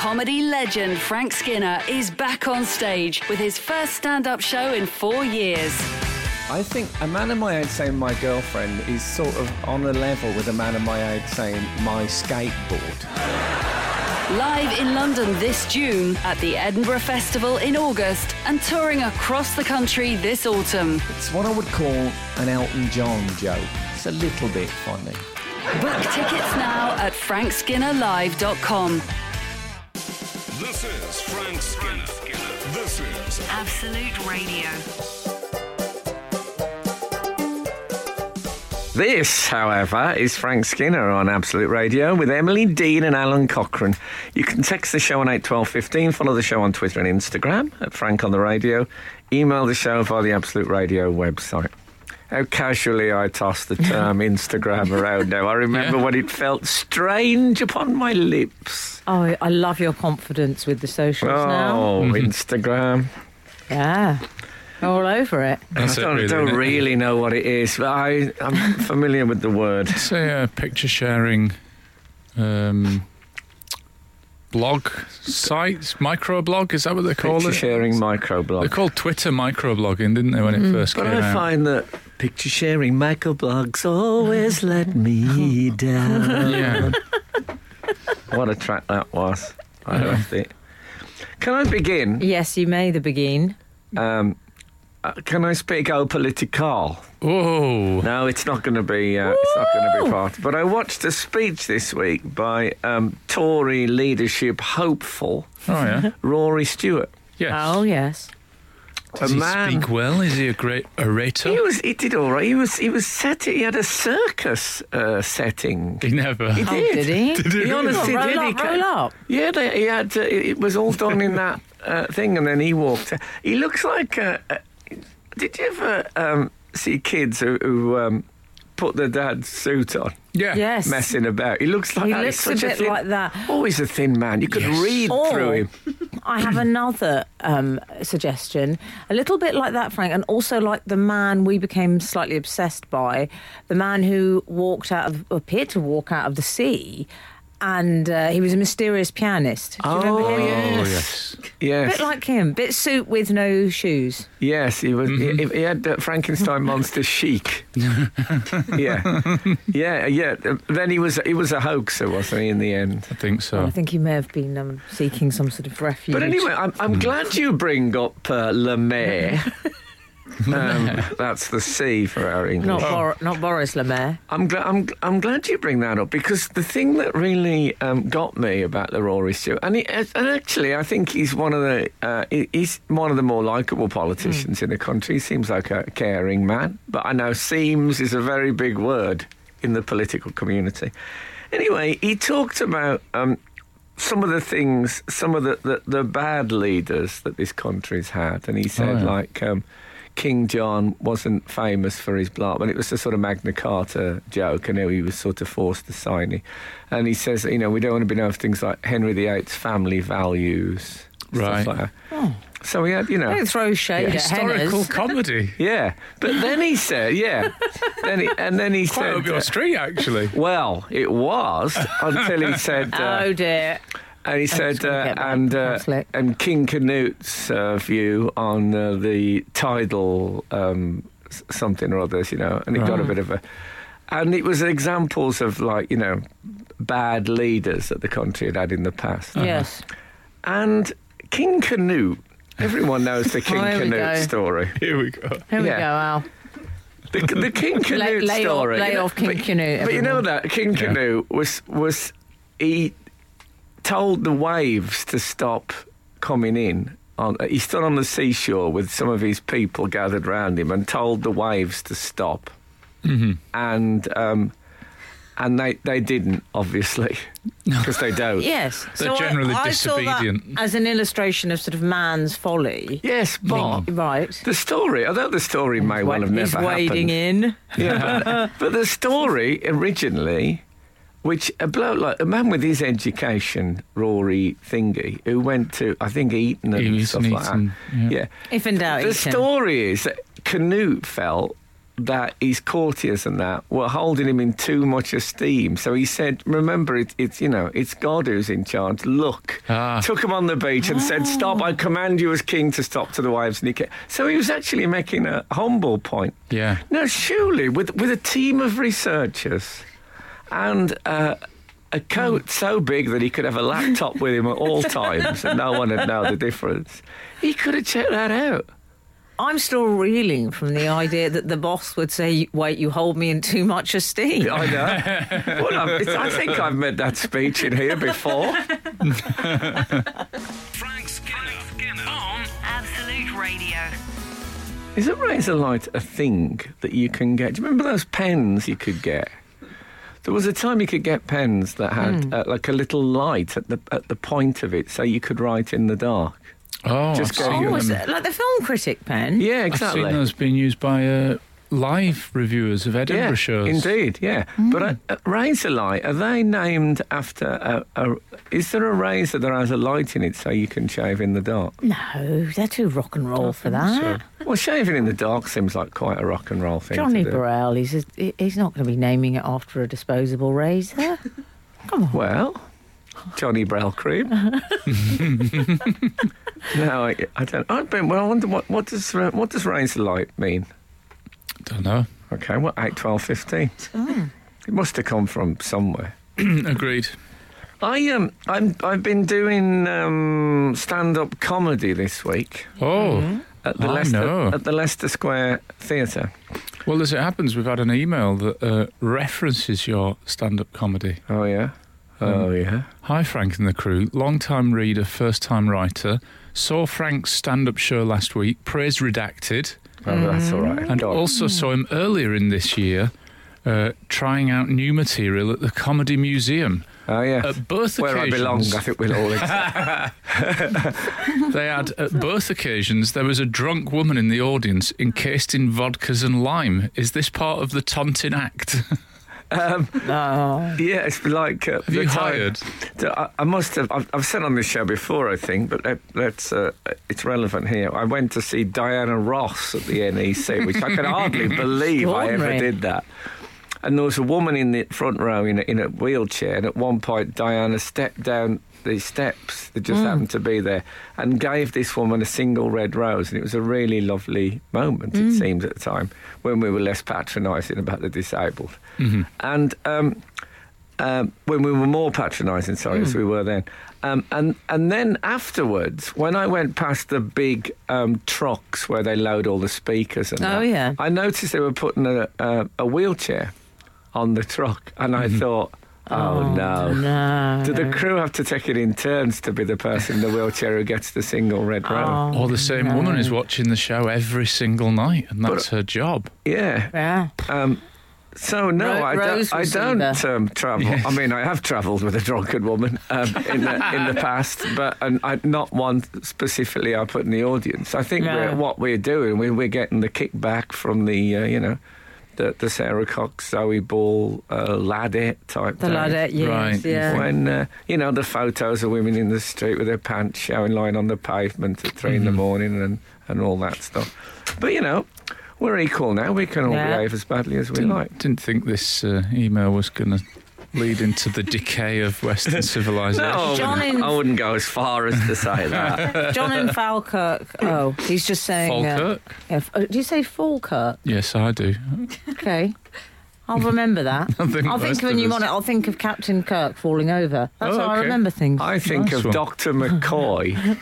Comedy legend Frank Skinner is back on stage with his first stand up show in four years. I think a man of my age saying my girlfriend is sort of on a level with a man of my age saying my skateboard. Live in London this June, at the Edinburgh Festival in August, and touring across the country this autumn. It's what I would call an Elton John joke. It's a little bit funny. Book tickets now at frankskinnerlive.com. This is Frank Skinner. This is Absolute Radio. This, however, is Frank Skinner on Absolute Radio with Emily Dean and Alan Cochrane. You can text the show on 81215, follow the show on Twitter and Instagram at Frank on the Radio, email the show via the Absolute Radio website. How casually I toss the term Instagram around now. I remember when it felt strange upon my lips. Oh, I- I love your confidence with Oh, the socials now. Mm-hmm. Instagram. Yeah. All over it. That's I it, don't, really. don't isn't it? really know what it is, but I, I'm familiar with the word. Say a picture sharing um, blog sites, microblog, is that what they call Picture it? sharing They microblog. called Twitter microblogging, didn't they, when Mm-hmm. it first But came I out? find that picture sharing microblogs always let me down. yeah. What a track that was. I loved it. Can I begin? Yes, you may the begin. Um, uh, can I speak au political? Whoa. No, it's not going to be. Uh, it's not going to be part. But I watched a speech this week by um, Tory leadership hopeful Oh, yeah. Rory Stewart. Yes. Oh, yes. Does a he man- speak well? Is he a great orator? He was. He did all right. He was. He was set. He had a circus uh, setting. He never. He Oh, did he? he? honestly roll did. he up, ca- roll up. Yeah, they, he had. Uh, it it was all done in that uh, thing, and then he walked. He looks like. Uh, uh, did you ever um, see kids who, who um, put their dad's suit on? Yeah. Yes. Messing about. He looks like He that. He's looks a such bit thin- like that. Always a thin man. You could Yes. read Or- through him. I have another um, suggestion, a little bit like that, Frank, and also like the man we became slightly obsessed by, the man who walked out of, appeared to walk out of the sea, and uh, he was a mysterious pianist. Do you remember Oh, him? Oh, yes. yes. A Yes. bit like him, bit suit with no shoes. Yes, he was. He, he had uh, Frankenstein monster chic. yeah, yeah, yeah. Uh, Then he was. He was a hoaxer, wasn't he? In the end. I think so. I think he may have been um, seeking some sort of refuge. Oh. But anyway, I'm, I'm glad you bring up uh, Le Maire. um, that's the C for our English. not, Bor- not Boris Lemaire. I'm, gl- I'm, gl- I'm glad you bring that up because the thing that really um, got me about the Rory Stewart, and, he, and actually I think he's one of the uh, he- he's one of the more likable politicians in the country. He seems like a caring man, but I know "seems" is a very big word in the political community. Anyway, he talked about um, some of the things, some of the, the, the bad leaders that this country's had, and he said yeah. like. Um, King John wasn't famous for his blood, but it was a sort of Magna Carta joke, and he was sort of forced to sign it. And he says, you know, we don't want to be known for things like Henry VIII's family values, stuff Right. like that. So he had, you know, Don't throw shade at Historical Henners. comedy. yeah. But then he said, yeah, then he, and then he Quite up said, your street, actually. uh, well, it was until he said, uh, Oh dear. And he said, gonna uh, get my and uh, pamphlet. and King Canute's uh, view on uh, the tidal um, s- something or others, you know, and it got a bit of a, and it was examples of like you know, bad leaders that the country had had in the past, Yes. and King Canute. Everyone knows the King Oh, here we Canute go. story. Here we go. Yeah. Here we go, Al. The, the King Canute Lay, lay off, story. lay you know, off King but- Canute. But you know everyone. that King Yeah. Canute was was he told the waves to stop coming in. On, he stood on the seashore with some of his people gathered round him and told the waves to stop, and um, and they they didn't obviously because they don't. Yes. so They're I- generally I, saw that disobedient. as an illustration of sort of man's folly. Yes, but Right. the story, although the story may well have Wade- never he's wading happened, in. Yeah, but, but the story originally, which a bloke like a man with his education, Rory Thingy, who went to I think Eton and Eton, stuff like Eton, that. Yeah, If in doubt, the Eton. story is that Canute felt that his courtiers and that were holding him in too much esteem. So he said, "Remember, it, it's you know, it's God who's in charge. Look." Ah. Took him on the beach and said, "Stop! I command you as king to stop to the wives." And he ca- so he was actually making a humble point. Yeah. Now, surely, with with a team of researchers and uh, a coat so big that he could have a laptop with him at all times and no one would know the difference, he could have checked that out. I'm still reeling from the idea that the boss would say, "Wait, you hold me in too much esteem." I know. well, I, I think I've made that speech in here before. Frank Skinner, on Absolute Radio. Is a razor light a thing that you can get? Do you remember those pens you could get? There was a time you could get pens that had uh, like a little light at the at the point of it, so you could write in the dark. Oh, Just I've go- seen Oh, is them. it like the film critic pen? Yeah, exactly. I've seen those being used by uh, live reviewers of Edinburgh yeah, shows. Indeed, yeah. But uh, uh, razor light, are they named after a, a? Is there a razor that has a light in it so you can shave in the dark? No, they're too rock and roll for that. Well, shaving in the dark seems like quite a rock and roll thing. Johnny to do. Burrell, he's a, he's not going to be naming it after a disposable razor. Come on. Well, Johnny Brell cream. no, I, I don't. I've been. Well, I wonder what, what does uh, what does razor light mean? Don't know. Okay, what eight, twelve, fifteen? It must have come from somewhere. Agreed. I um, I'm, I've been doing um, stand-up comedy this week. Oh, at the Oh, Leicester no. at the Leicester Square Theatre. well, as it happens, we've had an email that uh, references your stand-up comedy. Oh yeah. Hmm. Oh yeah. Hi, Frank and the crew. Long-time reader, first-time writer. Saw Frank's stand-up show last week. Praise redacted. Oh, that's all right. And Go on. also saw him earlier in this year uh, trying out new material at the Comedy Museum. oh yeah. At both Where I occasions, belong, I think we'll all. accept. they had at both occasions there was a drunk woman in the audience encased in vodkas and lime. Is this part of the taunting act? No. yeah, it's like. Uh, you the time- hired? I, I must have. I've, I've said on this show before, I think, but let, let's. Uh, it's relevant here. I went to see Diana Ross at the NEC, which I can hardly believe I ever Extraordinary. did that. And there was a woman in the front row in a, in a wheelchair, and at one point Diana stepped down the steps that just happened to be there and gave this woman a single red rose. And it was a really lovely moment, it seems, at the time when we were less patronising about the disabled. And um, um, when we were more patronising, sorry, as we were then. Um, and and then afterwards, when I went past the big um, trucks where they load all the speakers and Oh, that, yeah. I noticed they were putting a, a, a wheelchair on the truck, and I thought, oh, no. No. Do the crew have to take it in turns to be the person in the wheelchair who gets the single red rose? or the same woman is watching the show every single night, and that's her job. Yeah. Yeah. Ah, Um, so no, Ro- I, don't, Rose I was don't either. um, travel. I mean, I have travelled with a drunken woman um, in, the, in the past, but and I, not one specifically I put in the audience. I think No. we're, what we're doing, we, we're getting the kickback from the uh, you know the, the Sarah Cox, Zoe Ball, uh, Ladette type. The days. ladder, yes, Right. yeah. When uh, you know the photos of women in the street with their pants showing, lying on the pavement at 3 in the morning, and and all that stuff. But you know, we're equal now. We can all Yeah. Mm. behave as badly as we Didn't, like. didn't think this uh, email was going to lead into the decay of Western civilization. No, I John wouldn't, in- I wouldn't go as far as to say that. John and Falkirk. Oh, he's just saying. uh, Falkirk? yeah, f- oh, do you say Falkirk? Yes, I do. Okay. I'll remember that. I think I'll think most of a of new us- one. I'll think of Captain Kirk falling over. That's Oh, how I okay. remember things. I think Nice of one. Dr. McCoy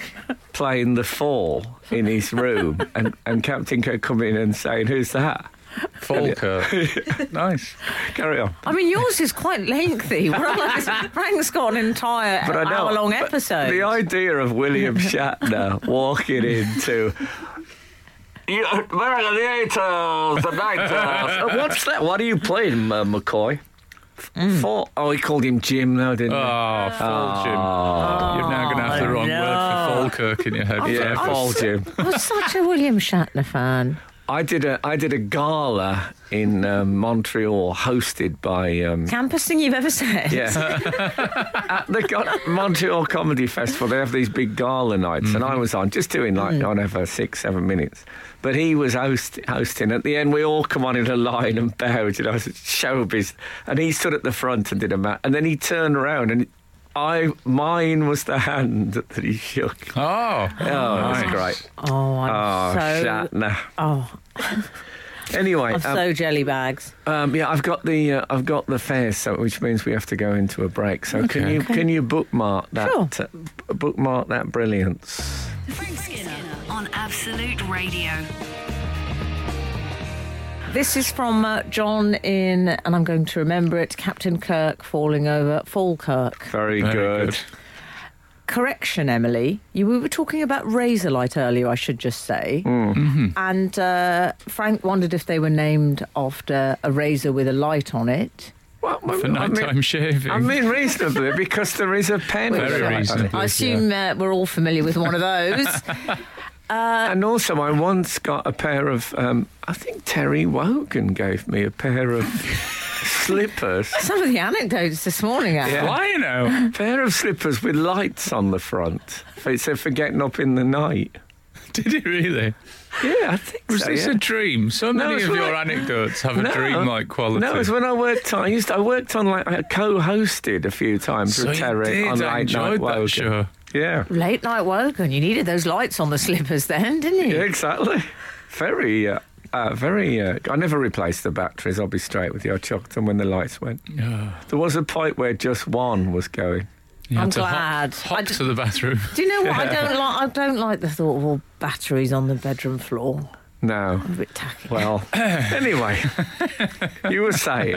playing the four in his room and, and Captain Kirk coming in and saying, Who's that? Falkirk. nice. Carry on. I mean, yours is quite lengthy. We're on like- Frank's got an entire But I know. hour-long but episode. The idea of William Shatner walking into. You, where are the eight hours, the night hours? What's that? What are you playing, uh, McCoy? F- Four. Oh, he called him Jim now, didn't he? Ah, Oh, Falk Jim. You're now going to have the wrong no. word for Falkirk in your head. yeah, forever. Paul su- Jim. I was such a William Shatner fan. I did a I did a gala in um, Montreal hosted by um, Campest thing you've ever said. yeah at the Con- Montreal Comedy Festival. They have these big gala nights, and Mm-hmm. I was on just doing Mm. like on ever six seven minutes, but he was host- hosting. At the end, we all come on in a line and bowed. You know, it's showbiz, and he stood at the front and did a mat, and then he turned around and. I mine was the hand that he shook. Oh, Oh, that's great! Oh, Oh, I'm so. Shatner. Oh, Anyway, I'm um, so jelly bags. Um, yeah, I've got the uh, I've got the fares, so which means we have to go into a break. So can you can you bookmark that Sure. uh, b- bookmark that brilliance? Frank Skinner on Absolute Radio. This is from uh, John in, and I'm going to remember it Captain Kirk falling over Falkirk. Very, very good. Correction, Emily. You, we were talking about Razorlight earlier, I should just say. Mm. Mm-hmm. And uh, Frank wondered if they were named after a razor with a light on it. Well, For I mean- nighttime shaving. I mean reasonably because there is a pen. Very in there. reasonable. I Yeah. assume uh, we're all familiar with one of those. Uh, And also, I once got a pair of. Um, I think Terry Wogan gave me a pair of slippers. Some of the anecdotes this morning, Al. Yeah. Lionel, Pair of slippers with lights on the front. It said for getting up in the night. did it really? Yeah, I think Was so, this yeah. a dream? So No, many it's of your like- anecdotes have a dream-like quality. No, it was when I worked on. I used I worked on like I co-hosted a few times so with you Terry on did. I Late Night enjoyed Wogan. that show. Yeah, Late night Wogan. You needed those lights on the slippers then, didn't you? yeah, exactly. Very, uh, uh, very. Uh, I never replaced the batteries. I'll be straight with you. I chucked them when the lights went. Yeah. There was a point where just one was going. You I'm had to hop- glad. Hop, I just- to the bathroom. Do you know what? I don't like. I don't like the thought of all batteries on the bedroom floor. No. A bit tacky. Well, anyway, you were saying.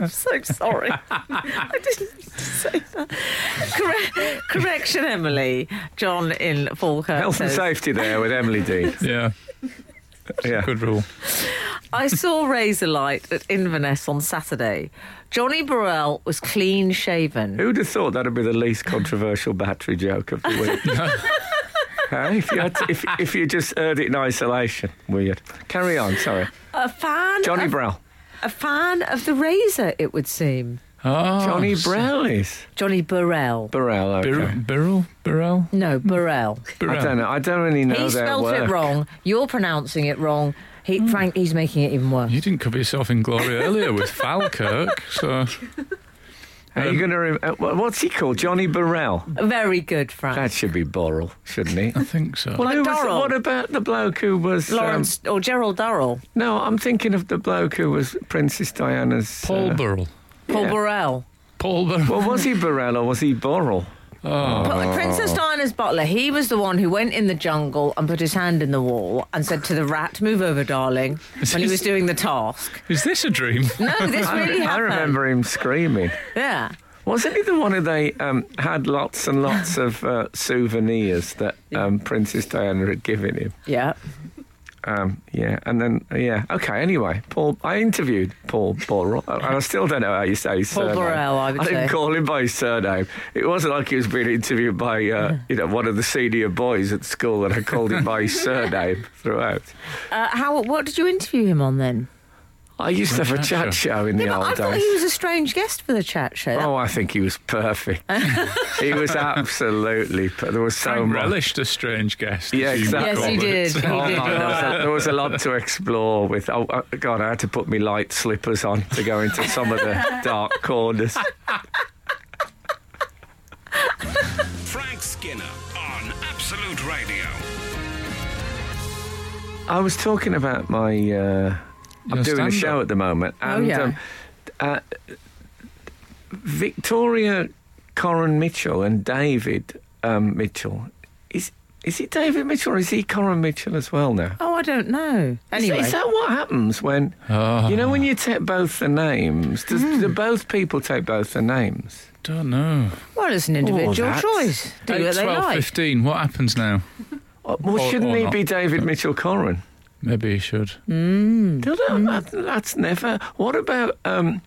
I'm so sorry. I didn't mean to say that. Corre- correction, Emily. John in Falkirk Health and says, safety there with Emily Dean. Yeah, Yeah. good rule. I saw Razor Light at Inverness on Saturday. Johnny Burrell was clean shaven. Who'd have thought that'd be the least controversial battery joke of the week? Huh? if, you had to- if, if you just heard it in isolation, weird. Carry on, sorry. A fan, Johnny of, Brell. a fan of the razor, it would seem. Oh, Johnny so- Brell is. Johnny Burrell. Burrell, okay. Bir- Birrell? Birrell? no, Burrell. I Birrell. don't know. I don't really know he their spelt work. Hmm. it wrong. You're pronouncing it wrong. He, Frank, he's making it even worse. You didn't cover yourself in glory earlier with Falkirk, so Are you going to? Re- uh, wha- what's he called? Johnny Burrell. Very good, Frank. That should be Borrell, shouldn't he? I think so. Well, who was- Durrell. what about the bloke who was? um, Lawrence or Gerald Durrell. no, I'm thinking of the bloke who was Princess Diana's. Paul uh, Burrell. Paul yeah. Burrell. Paul Burrell. well, was he Burrell or was he Borrell? Oh, But Princess Diana's butler, he was the one who went in the jungle and put his hand in the wall and said to the rat, Move over, darling, when he was doing the task. is this a dream? No, Oh, this I, really happened. I remember him screaming. Yeah. Wasn't he the one who they um, had lots and lots of uh, souvenirs that um, Princess Diana had given him? Yeah. Um, yeah, and then yeah, okay. Anyway, Paul, I interviewed Paul Borrell, and I still don't know how you say his Paul surname. Borrell, I would didn't say. call him by his surname. It wasn't like he was being interviewed by uh, you know one of the senior boys at school, and I called him by his surname throughout. Uh, how? What did you interview him on then? I used to have a chat chat show in the yeah, but I old thought days. he was a strange guest for the chat show. Oh, I think he was perfect. he was absolutely. Per- there was so I much. relished a strange guest. Yeah, as you exactly. yes, call he did. He it. did. Oh, go no, there, was out. a, there was a lot to explore with. Oh, uh, God, I had to put my light slippers on to go into some of the dark corners. Frank Skinner on Absolute Radio. I was talking about my. Uh, I'm Your doing a stand-up. show at the moment, and yeah. um, uh, Victoria Corin Mitchell and David um, Mitchell. Is is it David Mitchell or is he Corin Mitchell as well now? Oh, I don't know. Is- Anyway, Is, that what happens when Oh. you know when you take both the names? Does, do both people take both the names? Don't know. well, it's an individual Oh, that's- choice. Do Eight, what they 12, like. 15, what happens now? Uh, Well, Or- shouldn't or he not. be David Mitchell Corrin? Maybe you should. Mm. Hmm. No, no, that- that's never. What about um,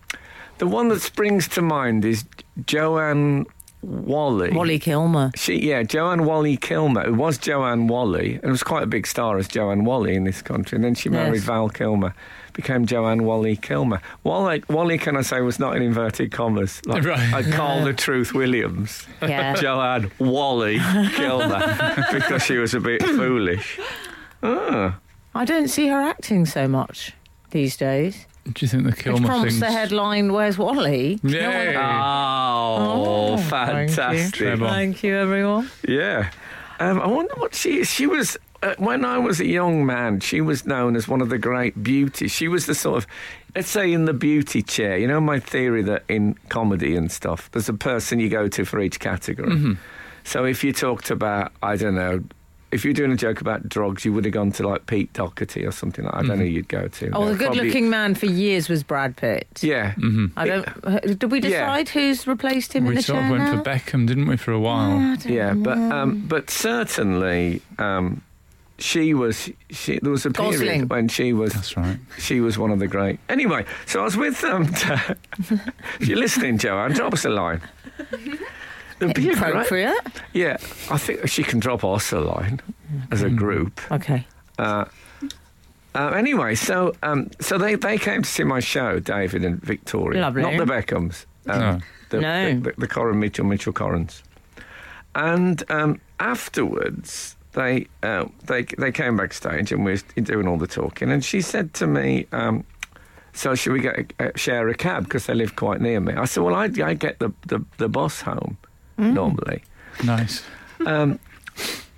the one that springs to mind is Joanne Wally. Wally Kilmer. She, yeah, Joanne Wally Kilmer, who was Joanne Wally, and was quite a big star as Joanne Wally in this country. And then she married Yes. Val Kilmer, became Joanne Wally Kilmer. Wally, Wally, can I say, was not in inverted commas. Like, Right. I call the truth Williams. Yeah. Joanne Wally Kilmer, because she was a bit foolish. I don't see her acting so much these days. Do you think the Which Kilmer prompts thing? the headline, Where's Wally? Yay. Ah. Oh, thank you. fantastic. Well. Thank you, everyone. Yeah. Um, I wonder what she is. She was, uh, when I was a young man, she was known as one of the great beauties. She was the sort of, let's say, in the beauty chair. You know, my theory that in comedy and stuff, there's a person you go to for each category. Mm-hmm. So if you talked about, I don't know, if you're doing a joke about drugs, you would have gone to like Pete Doherty or something like that. I don't know who you'd go to. Oh, No, the good probably- looking man for years was Brad Pitt. Yeah. I don't. Did we decide who's replaced him in we the sort chair of went now? for Beckham, didn't we, for a while? Yeah, but um, but certainly um, she was. She, there was a period Gosling. when she was. That's right. She was one of the great. Anyway, so I was with them. if you're listening, Joanne, drop us a line. It'd be a great- Appropriate. Yeah, I think she can drop us a line as a group. Okay. Uh, uh, anyway, so um, so they, they came to see my show, David and Victoria. Lovely. Not the Beckhams. um, No. The, No. The, the, the Corin Mitchell, Mitchell Corrins. And um, afterwards, they, uh, they they came backstage and we were doing all the talking. And she said to me, um, so should we get a, uh, share a cab because they live quite near me? I said, well, I, I get the, the, the bus home Mm. normally Nice.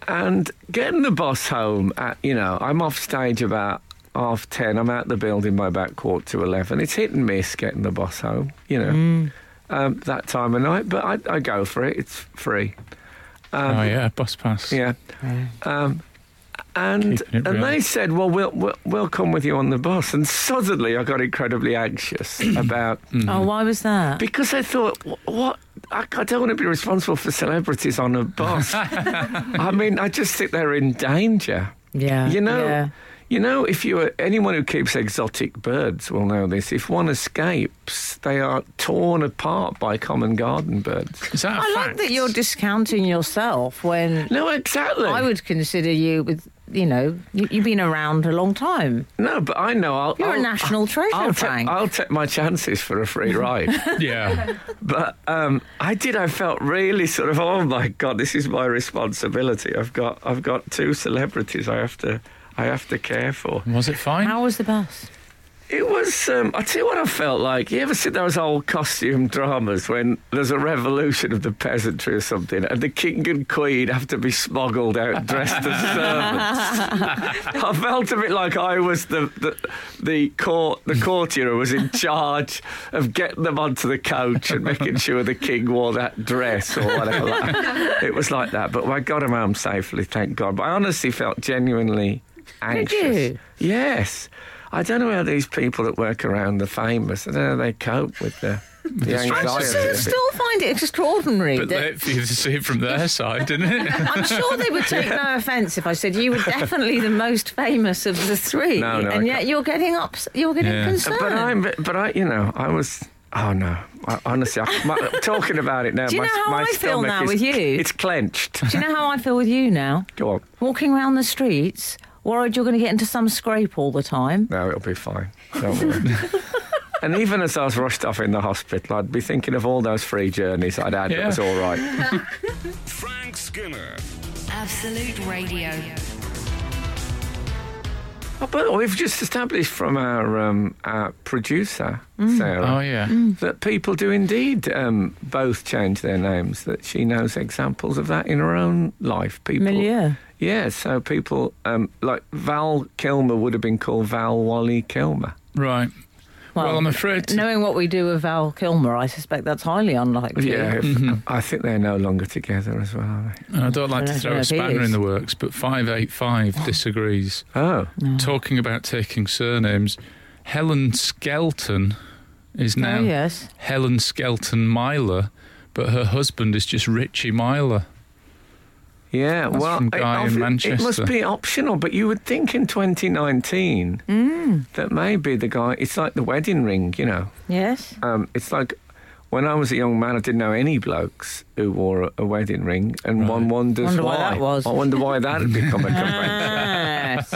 and getting the bus home at you know i'm off stage about half 10 i'm out the building by about quarter to 11 it's hit and miss getting the bus home you know Mm. um, that time of night but I, I go for it it's free oh, yeah, bus pass. yeah um, and Keeping and it real. they said well, we'll we'll we'll come with you on the bus and suddenly i got incredibly anxious about Oh, why was that? because I thought, "Wh- what? I, I don't want to be responsible for celebrities on a bus. I mean, I just think they're in danger. Yeah. You know, Yeah. you know, if you are anyone who keeps exotic birds will know this. If one escapes, they are torn apart by common garden birds. Is that a I like fact? that you're discounting yourself when No, exactly. I would consider you with. You know, you, you've been around a long time. no, but I know I'll. You're a I'll- national treasure, I'll, ta- Frank. I'll take my chances for a free ride. Yeah. But um, I did. I felt really sort of, oh my god, this is my responsibility. I've got, I've got two celebrities. I have to, I have to care for. Was it fine? How was the bus? It was. Um, I tell you what, I felt like. You ever see those old costume dramas when there's a revolution of the peasantry or something, and the king and queen have to be smuggled out dressed as servants? I felt a bit like I was the the, the court the courtier who was in charge of getting them onto the couch and making sure the king wore that dress or whatever. it was like that. But I got him home safely, thank God. But I honestly felt genuinely anxious. you? Yes. I don't know how these people that work around the famous, I don't know how they cope with the, the I anxiety. still, of it. still find it extraordinary. But that- they, for you to see it from their side, didn't it? I'm sure they would take no offence if I said you were definitely the most famous of the three, No, no, I and yet can't. you're getting up, you're getting Yeah. concerned. But I'm, but I, you know, I was. Oh no! I, honestly, I, my, talking about it now, Do you my, know how my I feel stomach now is, with you? It's clenched. Do you know how I feel with you now? Go on. Walking around the streets, worried you're going to get into some scrape all the time. No, it'll be fine. Don't worry. and even as I was rushed off in the hospital, I'd be thinking of all those free journeys I'd had. It Yeah. was all right. Frank Skinner. Absolute Radio. Oh, but we've just established from our, um, our producer Mm. Sarah Oh, yeah. that people do indeed um, both change their names. That she knows examples of that in her own life. People. Milieu. Yeah, so people um, like Val Kilmer would have been called Val Wally Kilmer. Right. Well, I'm afraid to- Knowing what we do with Val Kilmer, I suspect that's highly unlikely. Yeah, if- mm-hmm. I think they're no longer together as well, are they? And I don't like I to don't throw know a if it spanner is. in the works, but 585 disagrees. Oh, Talking about taking surnames, Helen Skelton is now Oh, yes. Helen Skelton Myler, but her husband is just Richie Myler. yeah. That's well, from it, Guy in obvi- it Manchester. must be optional, but you would think in 2019 Mm. that maybe the guy, it's like the wedding ring, you know. Yes. Um, it's like when I was a young man, I didn't know any blokes who wore a, a wedding ring, and one wonders Wonder why. why that was. I wonder why that had become a convention. Yes.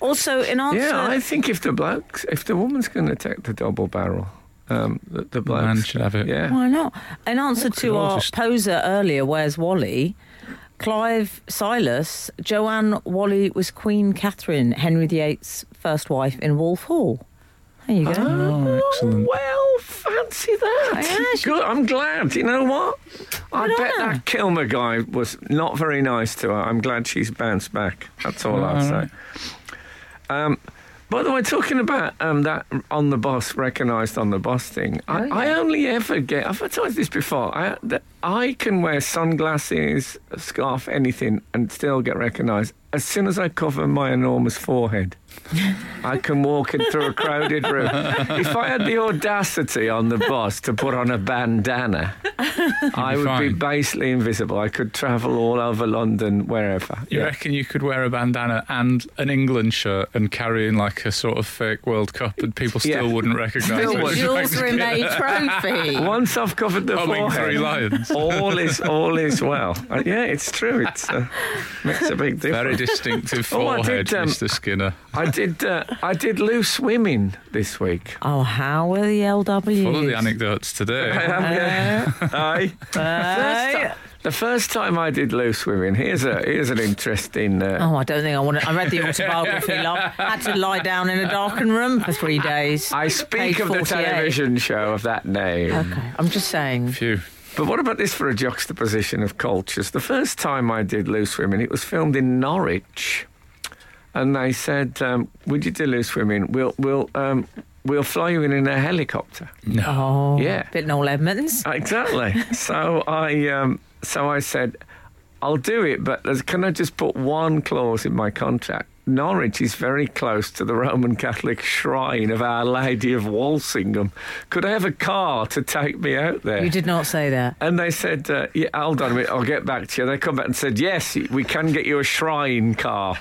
also, in answer, yeah, I think if the blokes, if the woman's going to take the double barrel, um, the, the blokes man should have it. Yeah. why not? In answer to all our just- poser earlier, where's Wally? Clive Silas, Joanne Wally was Queen Catherine, Henry VIII's first wife in Wolf Hall. There you go. Oh, excellent. Well, fancy that. Yeah, she- Good. I'm glad. You know what? I Good on bet her. that Kilmer guy was not very nice to her. I'm glad she's bounced back. That's all I'll say. Um, by the way, talking about um, that on the boss, recognised on the boss thing, I, I only ever get, I've advertised this before, I, that I can wear sunglasses, a scarf, anything, and still get recognised as soon as I cover my enormous forehead. I can walk in through a crowded room. If I had the audacity on the boss to put on a bandana, I be would be fine. basically invisible. I could travel all over London, wherever. You reckon you could wear a bandana and an England shirt and carry in like a sort of fake World Cup and people still Yeah. wouldn't recognise Still it? wouldn't. Jules Rimet trophy. Once I've covered the Humming Three forehead, Lions. all is all is well. Uh, yeah, it's true. It's uh, makes a big difference. Very distinctive Oh, I forehead, did, um, Mr. Skinner. I did uh, I did loose women this week. Oh, how were the LW? Full of the anecdotes today. I am, yeah. Aye. First ti- the first time I did loose women. Here's a here's an interesting. Uh, Oh, I don't think I want to. I read the autobiography. love. Had to lie down in a darkened room for three days. I speak Page of the 48. television show of that name. Okay, I'm just saying. Phew. But what about this for a juxtaposition of cultures? The first time I did Loose Women, it was filmed in Norwich, and they said, um, "Would you do Loose Women? We'll we'll um, we'll fly you in in a helicopter." Oh, Yeah. Bit Noel Edmonds. Exactly. so I um, so I said, I'll do it, but there's- can I just put one clause in my contract? Norwich is very close to the Roman Catholic shrine of Our Lady of Walsingham. Could I have a car to take me out there? You did not say that. And they said, uh, yeah, hold on a minute, I'll get back to you. They come back and said, yes, we can get you a shrine car.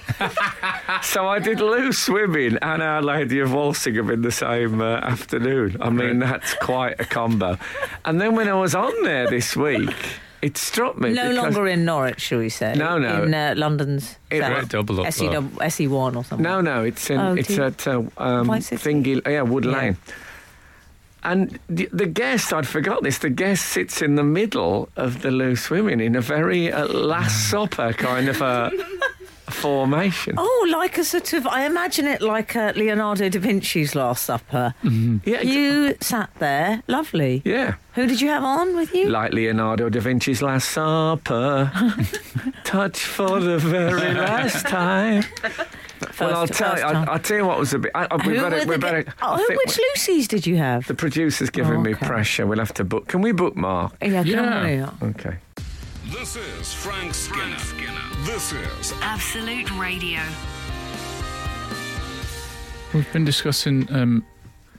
so I did loose women and Our Lady of Walsingham in the same uh, afternoon. I mean, that's quite a combo. And then when I was on there this week, it struck me. No because- longer in Norwich, shall we say? No, no. In uh, London's It- south. E Great double up, SE though. SE one or something. No, no, it's in, Oh, it's dear. at uh, um, White City? Thingy, yeah, Wood Yeah. Lane. And the, the guest, I'd forgot this, the guest sits in the middle of the loose women in a very uh, Last Supper kind of a formation. Oh, like a sort of. I imagine it like uh, Leonardo da Vinci's Last Supper. yeah, it's- You sat there, lovely. Mm-hmm. yeah. Who did you have on with you? Like Leonardo da Vinci's Last Supper. Touch for the very last time. well, I'll First- tell first you, I, time. I'll tell you what was a bit. I, I, we Who better, were we the- better. Oh, I who- think which Lucy's did you have? the producer's giving me okay. pressure. We'll have to book. Can we book Mark? yeah, can Yeah. I know? Okay. This is Frank Skinner. This is Absolute Radio. We've been discussing um,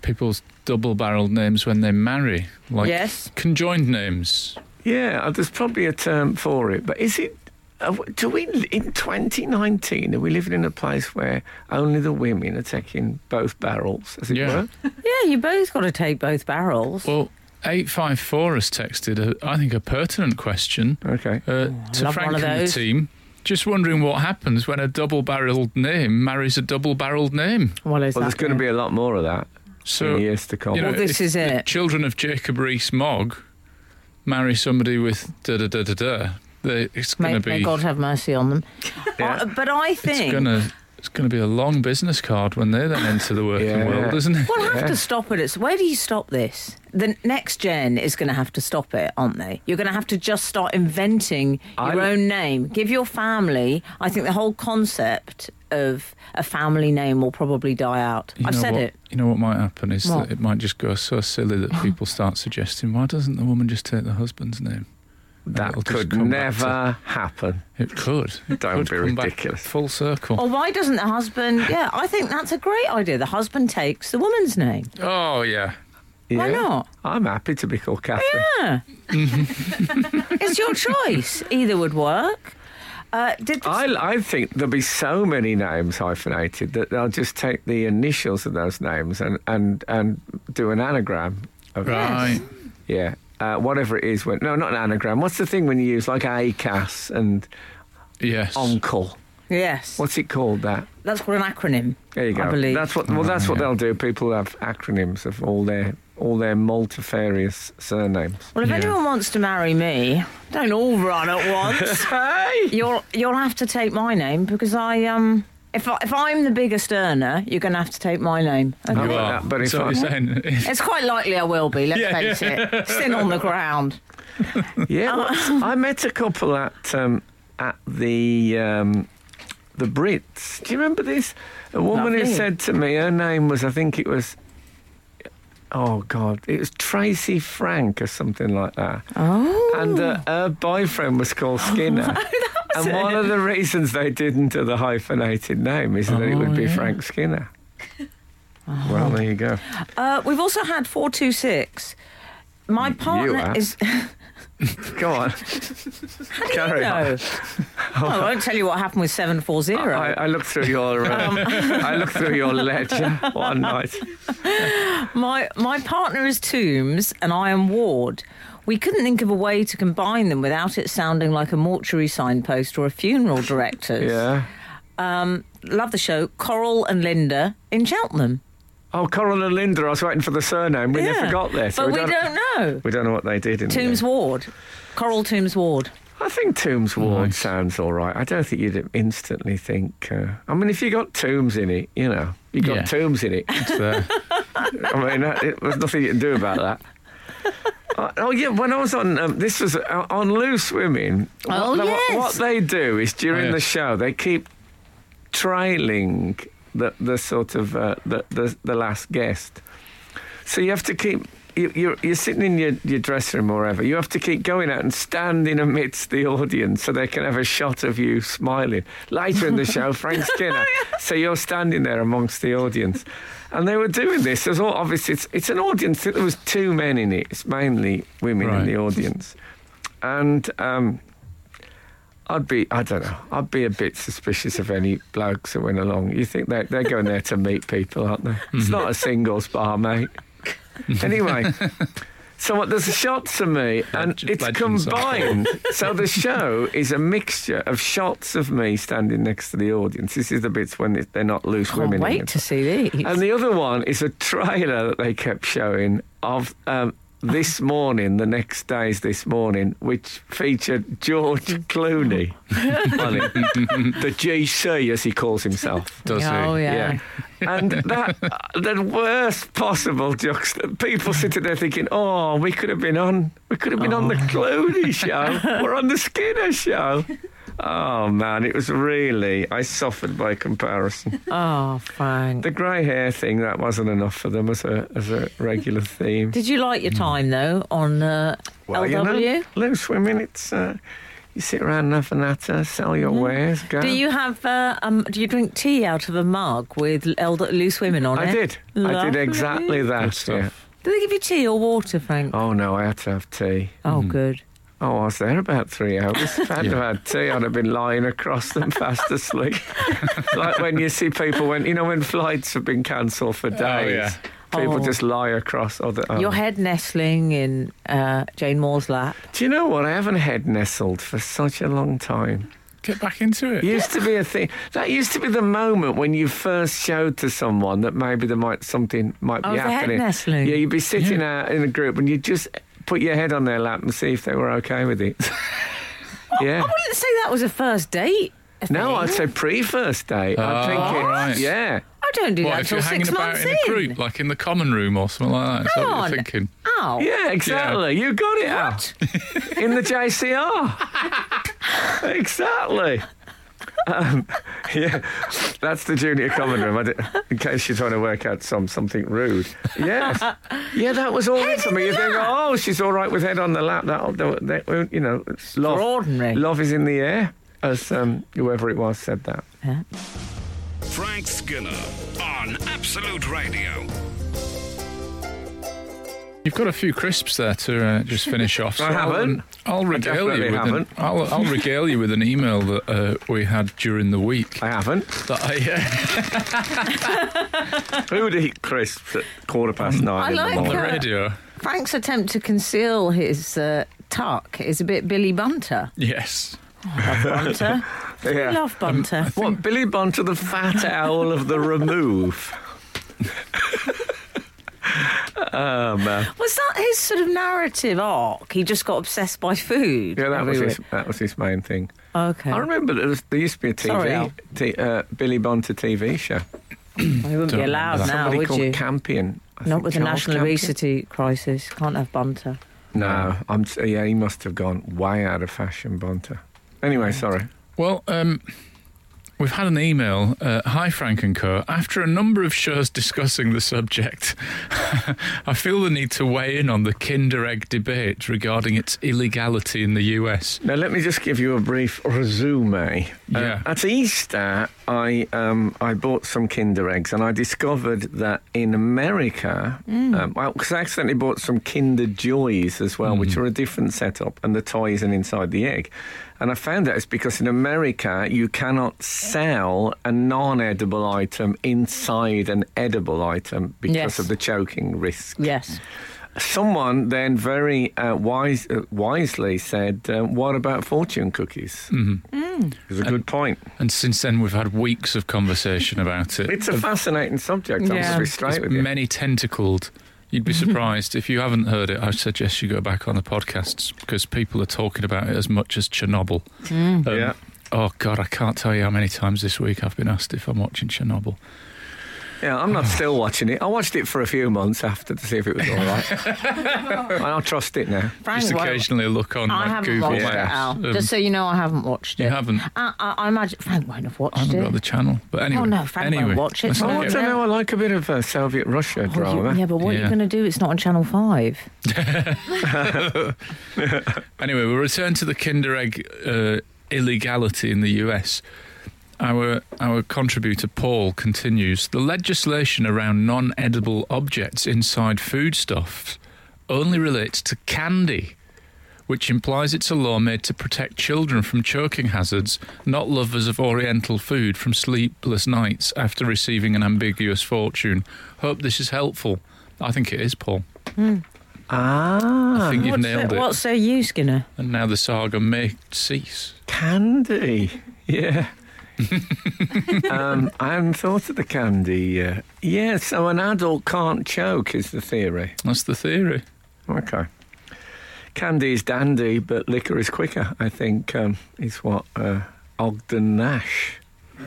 people's double-barreled names when they marry, like Yes. conjoined names. Yeah, uh, there's probably a term for it, but is it? uh, w- Do we in 2019 are we living in a place where only the women are taking both barrels, as it Yeah. were? Yeah, you both got to take both barrels. Well, eight five four has texted. A, I think a pertinent question Okay. uh, to Oh, love Frank one and of the those. team. Just wondering what happens when a double-barreled name marries a double-barreled name. Well, is Well, there's that going to it? be a lot more of that So in years to come. you know, Well, Oh, this if is the it. Children of Jacob Rees-Mogg marry somebody with da da da da da. They, it's May, going to may be. God have mercy on them. Uh, but I It's think gonna it's gonna be a long business card when they then enter the working Yeah. world, isn't it? we'll have to stop it. It's, where do you stop this? The next gen is going to have to stop it, aren't they? You're going to have to just start inventing your I- own name. Give your family. I think the whole concept of a family name will probably die out. You I've know said what, it. You know what might happen is What? that it might just go so silly that people start suggesting, why doesn't the woman just take the husband's name? And that it'll just could come back to- never happen. it could. It Don't could be come back ridiculous. full circle. Or why doesn't the husband? Yeah, I think that's a great idea. The husband takes the woman's name. Oh yeah. Why Yeah. not? I'm happy to be called Catherine. Yeah. it's your choice. Either would work. Uh, did this, I, I think there'll be so many names hyphenated that they'll just take the initials of those names and, and, and do an anagram of Right. Yeah. Uh, whatever it is. When, no, not an anagram. What's the thing when you use like ACAS and Yes. uncle? Yes. What's it called that? That's called an acronym. There you go. I believe. Oh, That's what. Well, that's what they'll do. People have acronyms of all their all their multifarious surnames. Well, if Yeah. anyone wants to marry me, don't all run at once. Hey. you'll you'll have to take my name because I um if I, if I'm the biggest earner, you're going to have to take my name. you Okay. are. like that, but That's if what I'm- you're saying. It's quite likely I will be. Let's Yeah, face yeah. it. Sin on the ground. Oh. Yeah. well, I met a couple at um, at the um, the Brits. Do you remember this? A woman who Lovely. said to me, her name was, I think it was. Oh God! It was Tracy Frank or something like that. Oh. and uh, her boyfriend was called Skinner. and one of the reasons they didn't do the hyphenated name is that it would be Oh, yeah. Frank Skinner. Well, there you go. Uh, we've also had 426. My partner have? is. Go on. Carry on. no. Oh, I won't tell you what happened with 740. I, I looked through your uh, Um, I looked through your ledger one night. My my partner is Toombs and I am Ward. We couldn't think of a way to combine them without it sounding like a mortuary signpost or a funeral director's. Yeah. Um, love the show. Coral and Linda in Cheltenham. Oh, Coral and Linda. I was waiting for the surname. We never got there. so but we don't, know. We don't know what they did in the Toombs end. Ward. Coral Toombs Ward. I think Tombs Ward Nice. sounds all right. I don't think you'd instantly think. Uh, I mean, if you got Tombs in it, you know, you got Yeah. Tombs in it. It's there. I mean, that, it, there's nothing you can do about that. Uh, oh yeah, when I was on um, this was uh, on Loose Women. What, Oh, they- what, yes. what they do is during Oh, the yes. show they keep trailing the the sort of uh, the, the the last guest. So you have to keep. You, you're, you're sitting in your, your dressing room or wherever. You have to keep going out and standing amidst the audience so they can have a shot of you smiling. Later in the show, Frank Skinner. so you're standing there amongst the audience. And they were doing this. There's all, obviously, it's, it's an audience. There was two men in it. It's mainly women in Right. the audience. And um, I'd be, I don't know, I'd be a bit suspicious of any blokes that went along. You think they're, they're going there to meet people, aren't they? It's not a singles bar, mate. Anyway, so what, there's a shots of me, and Legend- it's legends are combined. so the show is a mixture of shots of me standing next to the audience. This is the bits when it- they're not loose Can't women. in wait it. to see these. And the other one is a trailer that they kept showing of um, this morning, the next day's this morning, which featured George Clooney on it. The GC, as he calls himself. Does oh, he? yeah. And that, the worst possible juxta. People sitting there thinking, oh, we could have been on, we could have been on the Clooney show. We're on the Skinner show. Oh, man, it was really, I suffered by comparison. Oh, Frank. The grey hair thing that wasn't enough for them as a as a regular theme. Did you like your time, though, on uh, LW? Hmm. you know, loose women. It's uh, you sit around and have a natter, sell your wares. Go. Mm. Do you have? Uh, um, do you drink tea out of a mug with elder, loose women on it? I did. I did Lovely. exactly Good that. stuff. Yeah. Do they give you tea or water, Frank? Oh, Oh no, I had to have tea. good. Oh, I was there about three hours. If I hadn't Yeah. have had tea, I'd have been lying across them fast asleep. like when you see people when you know when flights have been cancelled for days. Oh, yeah. People Oh. just lie across other. oh. Your head nestling in uh, Jane Moore's lap. Do you know what? I haven't head nestled for such a long time. Get back into it. used to be a thing. That used to be the moment when you first showed to someone that maybe there might something might Oh, be the head happening. nestling. Yeah, you'd be sitting out in a group and you would just put your head on their lap and see if they were okay with it. yeah. I wouldn't say that was a first date. I No, I'd think. say pre-first date. I'm Oh, thinking, right. yeah. I don't do What that if you're until hanging six about months in a group, like in the common room or something like that? Is that Hang what on. you're thinking? Ow. Yeah, exactly. You got it out in the JCR. exactly. Um, yeah, that's the junior common room. I did, in case you're trying to work out some something rude. Yes. Yeah, that was all for me. You think, oh, she's all right with head on the lap. That'll do it. That won't- You know, it's love, Extraordinary. love is in the air, as um, whoever it was said that. Frank Skinner on Absolute Radio. You've got a few crisps there to uh, just finish off. I haven't. I'll, I'll regale definitely you with haven't. an, I'll, I'll regale you with an email that uh, we had during the week. I haven't. That I, uh, Who would eat crisps at quarter past nine I in the like morning? uh, on the radio. Frank's attempt to conceal his uh, tuck is a bit Billy Bunter. Yes. Bunter. Yeah. We love Um, Bunter. What, Billy Bunter, the fat owl of the remove? oh, man. Was that his sort of narrative arc? He just got obsessed by food. Yeah, that was, every his, week. that was his main thing. Okay. I remember there, was, there used to be a TV, Sorry, Al. t- uh, Billy Bunter TV show. He wouldn't be Don't allowed remember now, Somebody would called you? Campion. I Not think with the Charles national Campion. obesity crisis. Can't have Bunter. No, I'm. s- Yeah, he must have gone way out of fashion, Bunter. Anyway, sorry. Well, um, we've had an email. Uh, Hi, Frank and Co. After a number of shows discussing the subject, I feel the need to weigh in on the Kinder Egg debate regarding its illegality in the US. Now let me just give you a brief resume. Uh, Yeah. at Easter, I um, I bought some Kinder eggs, and I discovered that in America, um, well, 'cause I accidentally bought some Kinder Joys as well, which are a different setup, and the toy isn't inside the egg. And I found that it's because in America you cannot sell a non-edible item inside an edible item because Yes. of the choking risk Yes. someone then very uh, wise, uh, wisely said, uh, "What about fortune cookies?" Mm-hmm. It's a good point. And since then, we've had weeks of conversation about it. It's a fascinating subject. I'm Yeah. going to be straight It's with you. many tentacled. You'd be surprised if you haven't heard it. I suggest you go back on the podcasts because people are talking about it as much as Chernobyl. Um, Hmm. Yeah. Oh God, I can't tell you how many times this week I've been asked if I'm watching Chernobyl. Yeah, I'm not still watching it. I watched it for a few months after to see if it was all right. and I'll trust it now. Frank, Just well, occasionally look on I like haven't Google watched Maps. it, Al. Um, Just so you know, I haven't watched it. you haven't. I, I, I imagine Frank won't have I watched haven't got it. the Oh, channel. But anyway, no, Frank won't anyway, watch it. let's Oh, not I get- don't know. I like a bit of uh, Soviet Russia Oh, you- drama. yeah, but what are you Yeah. going to do? It's not on Channel 5. Anyway, we'll return to the Kinder Egg uh, illegality in the US. Our, our contributor Paul continues The legislation around non edible objects inside foodstuffs only relates to candy, which implies it's a law made to protect children from choking hazards, not lovers of Oriental food from sleepless nights after receiving an ambiguous fortune. Hope this is helpful. I think it is, Paul. Ah, I think you've What's nailed the, it. What's the use, Skinner? And now the saga may cease. candy. Yeah. um, I hadn't thought of the candy. Yeah. yeah, so an adult can't choke is the theory. That's the theory. Okay. Candy is dandy, but liquor is quicker, I think, um, is what uh, Ogden Nash.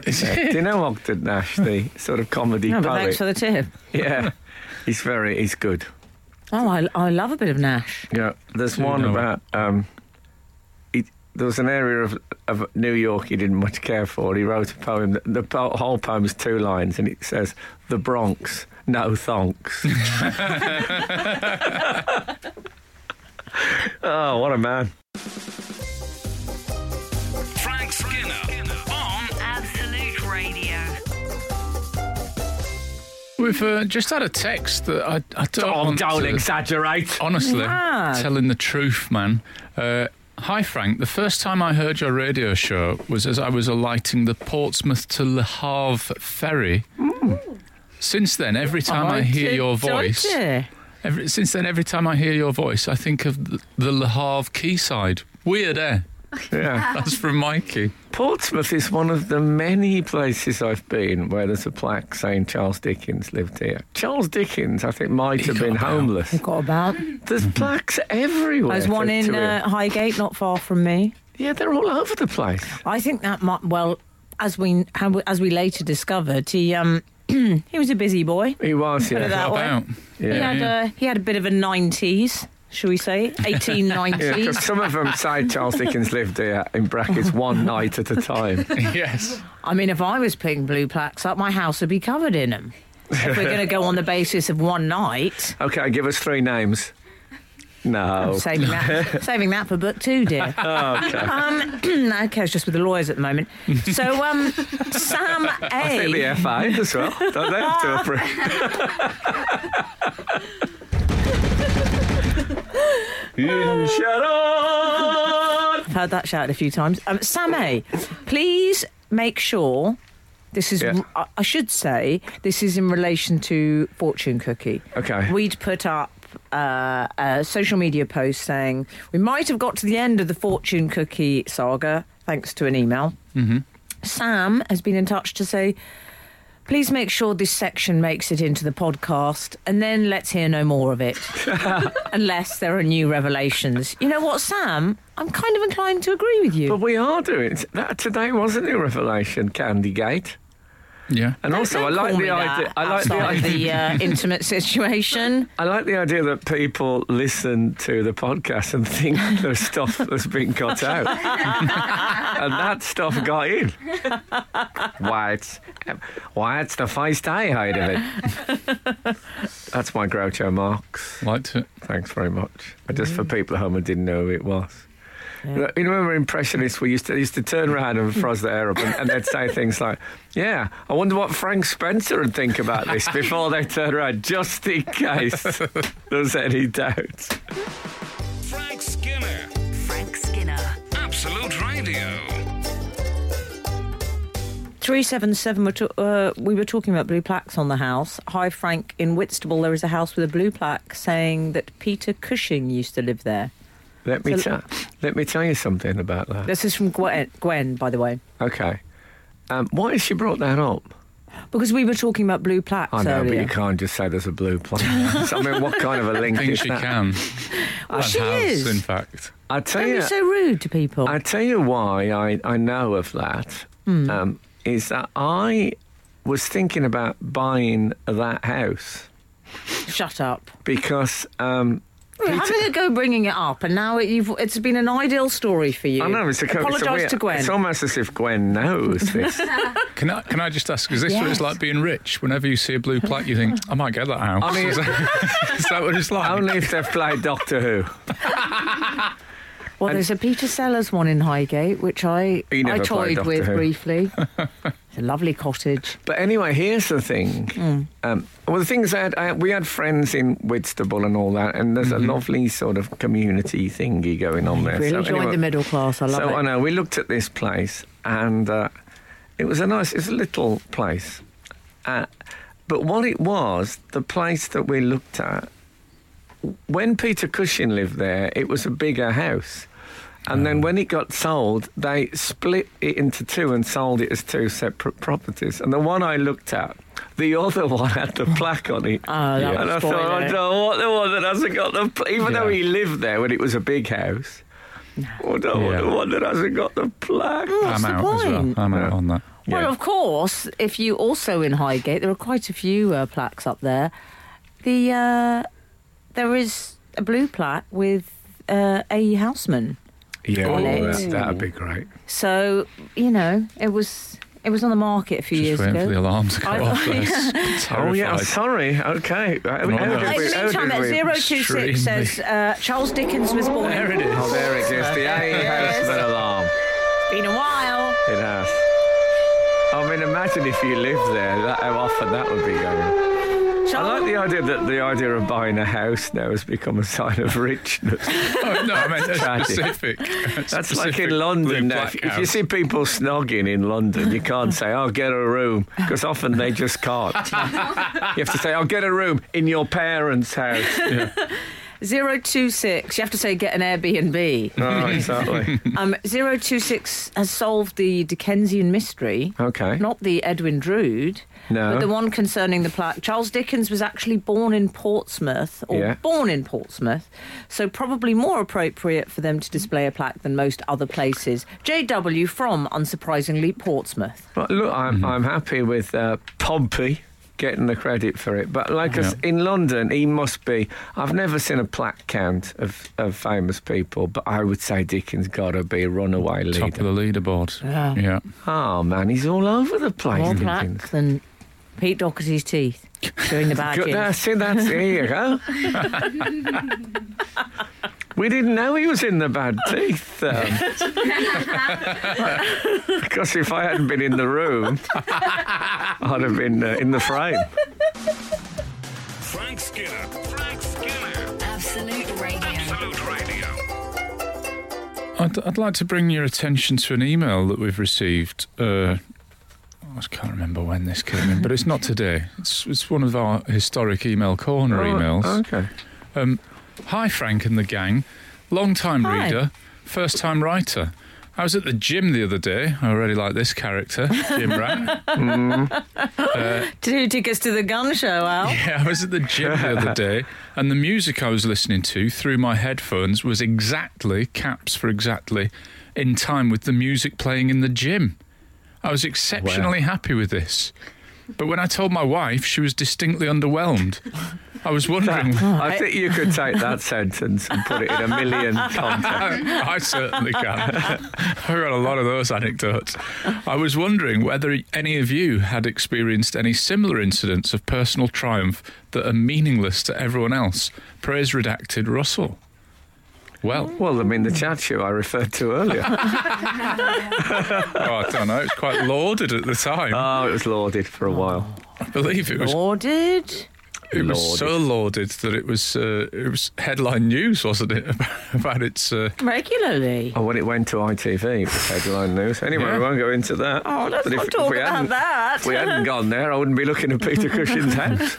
said. Do you know Ogden Nash, the sort of comedy No, but poet? thanks for the tip. yeah. He's very, he's good. Oh, I, I love a bit of Nash. Yeah. There's Who one know it? about, um, he, there was an area of, of New York he didn't much care for. He wrote a poem, that, the po- whole poem's two lines, and it says, The Bronx, no thonks. oh, what a man. Frank Skinner on Absolute Radio. We've uh, just had a text that I, I don't Oh, want don't to- exaggerate. Honestly, Mad. telling the truth, man. Uh, hi, Frank. The first time I heard your radio show was as I was alighting the Portsmouth to Le Havre ferry. Hmm. Since then, every time I hear your voice, Deutsche. every, since then, every time I hear your voice, I think of the, the Le Havre quayside. Weird, eh? Yeah. That's from Mikey. Portsmouth is one of the many places I've been where there's a plaque saying Charles Dickens lived here. Charles Dickens, I think, might have got Mm-hmm. been about. homeless. Got about. There's plaques everywhere. There's one to- in to him. uh, Highgate, not far from me. yeah, they're all over the place. I think that might. Well, as we how- as we later discovered, he um he was a busy boy. He was, Put it yeah. that way. About. Oh, He Yeah. had a he had a bit of a nineties, shall we say, eighteen Yeah, nineties. 'cause some of them say Charles Dickens lived here in brackets one night at a time. yes. I mean, if I was putting blue plaques up, my house would be covered in them. If we're going to go on the basis of one night, Okay, give us three names. No. saving that, saving that for book two, dear. Um, okay, it's just with the lawyers at the moment. So, um, Sam A. I think the FA as well. Don't they have to approve? In Sharon! I've heard that shouted a few times. Um, Sam A, please make sure this is. Yeah. I- I should say this is in relation to fortune cookie. Okay. We'd put up uh, a social media post saying, We might have got to the end of the fortune cookie saga thanks to an email. Sam has been in touch to say, Please make sure this section makes it into the podcast and then let's hear no more of it. Unless there are new revelations. You know what, Sam? I'm kind of inclined to agree with you. But we are doing that today. Was a new revelation, Candygate, Yeah. and also I like the idea. I like the of idea. the uh, intimate situation. I like the idea that people listen to the podcast and think there's stuff that's been cut out. and that stuff got in. Why it's, why it's the first I heard of it. That's my Groucho Marx. Liked it. Thanks very much. And Just for people at home who didn't know who it was. You remember Impressionists? We used to used to turn around and froze the air up, and, and they'd say things like, "Yeah, I wonder what Frank Spencer would think about this before they turn around, just in case there's any doubt." Frank Skinner. Frank Skinner. Absolute Radio. 377, we're to- uh, we were talking about blue plaques on the house. Hi, Frank. In Whitstable, there is a house with a blue plaque saying that Peter Cushing used to live there. Let me So- tell let me tell you something about that. This is from Gwen, Gwen by the way. Okay, um, why has she brought that up? Because we were talking about blue plaques I know, but earlier. you can't just say there's a blue plane. So, I mean, what kind of a link I think is she that? Oh, can. Well, And she has, is. in fact. I tell Don't you, be so rude to people. I tell you why I, I know of that Hmm. um, is that I was thinking about buying that house Shut up. because um, We're having a go bringging it up, and now it, you've, it's been an ideal story for you. I know it's a co- it's a Apologise weird- to Gwen. It's almost as if Gwen knows this. Can I, can I just ask, is this what Yes. it's like being rich? Whenever you see a blue plaque, you think, I might get that house. I mean- is, that, is that what it's like? Only if they've played Doctor Who. Well, there's a Peter Sellers one in Highgate, which I He never I played toyed Doctor with Who. briefly. it's a lovely cottage. But anyway, here's the thing. Hmm. Um, well, the thing is, that I, we had friends in Whitstable and all that, and there's a lovely sort of community thingy going on there. Mm-hmm. Really So joined anyway- the middle class. I love so it. I know we looked at this place, and uh, it was a nice, it's a little place, uh, but what it was, the place that we looked at, when Peter Cushing lived there, it was a bigger house. And Oh. then when it got sold, they split it into two and sold it as two separate properties. And the one I looked at, the other one had the plaque on it. Oh, that and I was thought, I spoiler. don't want the one that hasn't got the plaque. Even though Yeah. he lived there when it was a big house, I don't want Yeah. the one that hasn't got the plaque. What's I'm the out as well. point? I'm out Yeah. on that. Well, of course, if you also in Highgate, there are quite a few uh, plaques up there. The uh, there is a blue plaque with uh, A. Houseman. Oh, Yeah, on it. that- that'd be great. So you know, it was it was on the market a few Just years waiting ago. for the alarm to go I- off. Oh yeah, I'm sorry. Okay. How- how no. did In we- the how meantime, did at we- 026 says uh, Charles Dickens was born There in. it is. Oh, there it goes. The A has an alarm. Been a while. It has. I mean, imagine if you lived there, that, how often that would be going. I Charles- like the idea that the idea of buying a house now has become a sign of richness. Oh, no, I meant a Tragic. specific. That's like specific in London blue now. If, plaque if you house. see people snogging in London, you can't say, I'll get a room, because often they just can't. you have to say, I'll get a room in your parents' house. 026. You have to say get an Airbnb. Oh, exactly. Um, 026 has solved the Dickensian mystery. Okay. Not the Edwin Drood. No. But the one concerning the plaque. Charles Dickens was actually born in Portsmouth, or Yeah. born in Portsmouth, so probably more appropriate for them to display a plaque than most other places. JW from, unsurprisingly, Portsmouth. But look, I'm, Mm-hmm. I'm happy with uh, Pompey getting the credit for it. But like us Yeah. in London, he must be. I've never seen a plaque count of, of famous people, but I would say Dickens got to be a runaway Top of leader. the leaderboard. Yeah. yeah. Oh man, he's all over the place. Mm-hmm. More Dickens. plaque than Pete Doherty's teeth during the Good, badges. that's it, that's it, here you go. we didn't know he was in the bad teeth. Um, because if I hadn't been in the room, I'd have been uh, in the frame. Frank Skinner. Frank Skinner. Absolute Radio. Absolute Radio. I'd, I'd like to bring your attention to an email that we've received. Uh, I just can't remember when Oh, this came in, but it's not today. It's, it's one of our historic email corner emails. Okay. Um, hi, Frank and the gang. Long time Hi. reader, first time writer. I was at the gym the other day. I really like this character, Jim Rat. Dude, take us to the gun show, Al. Yeah, I was at the gym the other day, and the music I was listening to through my headphones was exactly caps for exactly in time with the music playing in the gym. I was exceptionally happy with this. But when I told my wife, she was distinctly underwhelmed. I was wondering. I think you could take that sentence and put it in a million contexts. I certainly can. I've got a lot of those anecdotes. I was wondering whether any of you had experienced any similar incidents of personal triumph that are meaningless to everyone else. Praise redacted Russell. Well, Well, I mean, the chat show I referred to earlier. oh, I don't know. It's quite lauded at the time. Oh, it was lauded for a while. I believe it was. Lauded. It was Lauded. so lauded that it was. Uh, it was headline news, wasn't it? About its. Uh, Regularly. Oh, when it went to ITV, it was headline news. Anyway, Yeah. we won't go into that. Oh, let's But not if- talk if we about hadn't- that. If we hadn't gone there, I wouldn't be looking at Peter Cushing's house.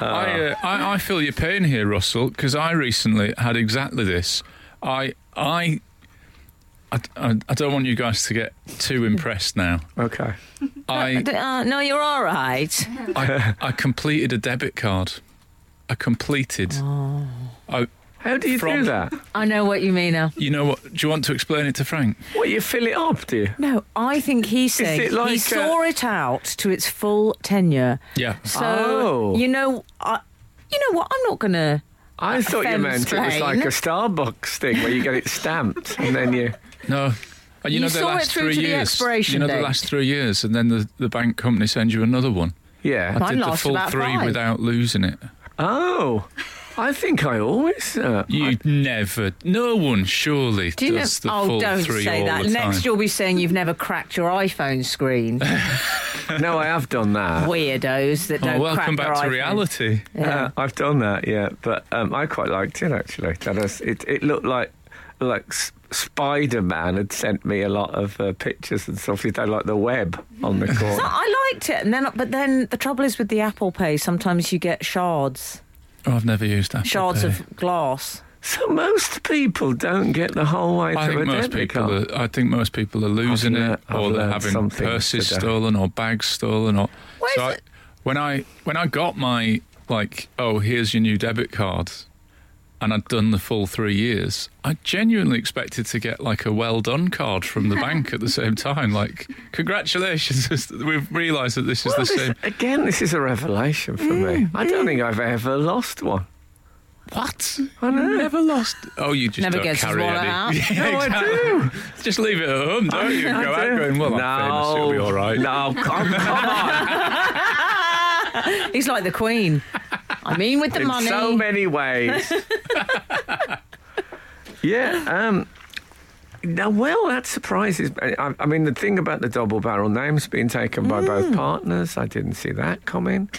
I, uh, I, I feel your pain here, Russell, because I recently had exactly this. I, I, I, I I don't want you guys to get too impressed now. Okay. I, D- uh, no, you're all right. I, I completed a debit card. I completed. Oh. I, How do you From- do that? I know what you mean now. you know what? Do you want to explain it to Frank? What, you fill it up, do you? No, I think he said it like, he uh, saw it out to its full tenure. Yeah. So Oh. you know, I, you know what? I'm not gonna. I thought you meant it was like a Starbucks thing where you get it stamped and then you. No. Uh, You, You know the saw it last through three to the years. expiration you know the date. last three years, and then the, the bank company sends you another one. Yeah. Mine Did the lasts full about three five. without losing it. Oh, I think I always. Uh, You never. No one surely Do you know? does the Oh, full don't three say all that. the Next, time. you'll be saying you've never cracked your iPhone screen. no, I have done that. Weirdos that don't Oh, crack their welcome back to iPhone. reality. Uh, I've done that, yeah, but um, I quite liked it actually. That was, it, it looked like like S- Spider Man had sent me a lot of uh, pictures and stuff. He had like the web on the corner. I liked it, and then but then the trouble is with the Apple Pay. Sometimes you get shards, Oh, I've never used that. shards of glass. so most people don't get the whole way I through think a most debit people. card. Are, I think most people are losing learnt- it, I've or they're learnt having something purses today. stolen, or bags stolen, or. Where's so I, it- when I when I got my like, oh, here's your new debit card, and I'd done the full three years, I genuinely expected to get like a well done card from the bank at the same time, like congratulations, we've realised that this is Well, the this- same. Mm, again, this is a revelation for me. I don't think I've ever lost one. What? I know. Never lost. Oh, you just Never don't gets his carry wallet any. out. Yeah, No, I exactly. do. Just leave it at home, don't you? Go I out do. going, well, I'm famous, No. it'll be all right. No, come, come on. He's like the Queen. I mean, with the in money. so many ways. yeah. Um, now, well, that surprises. I, I- I mean, the thing about the double barrel names being taken by Mm. both partners, I didn't see that coming.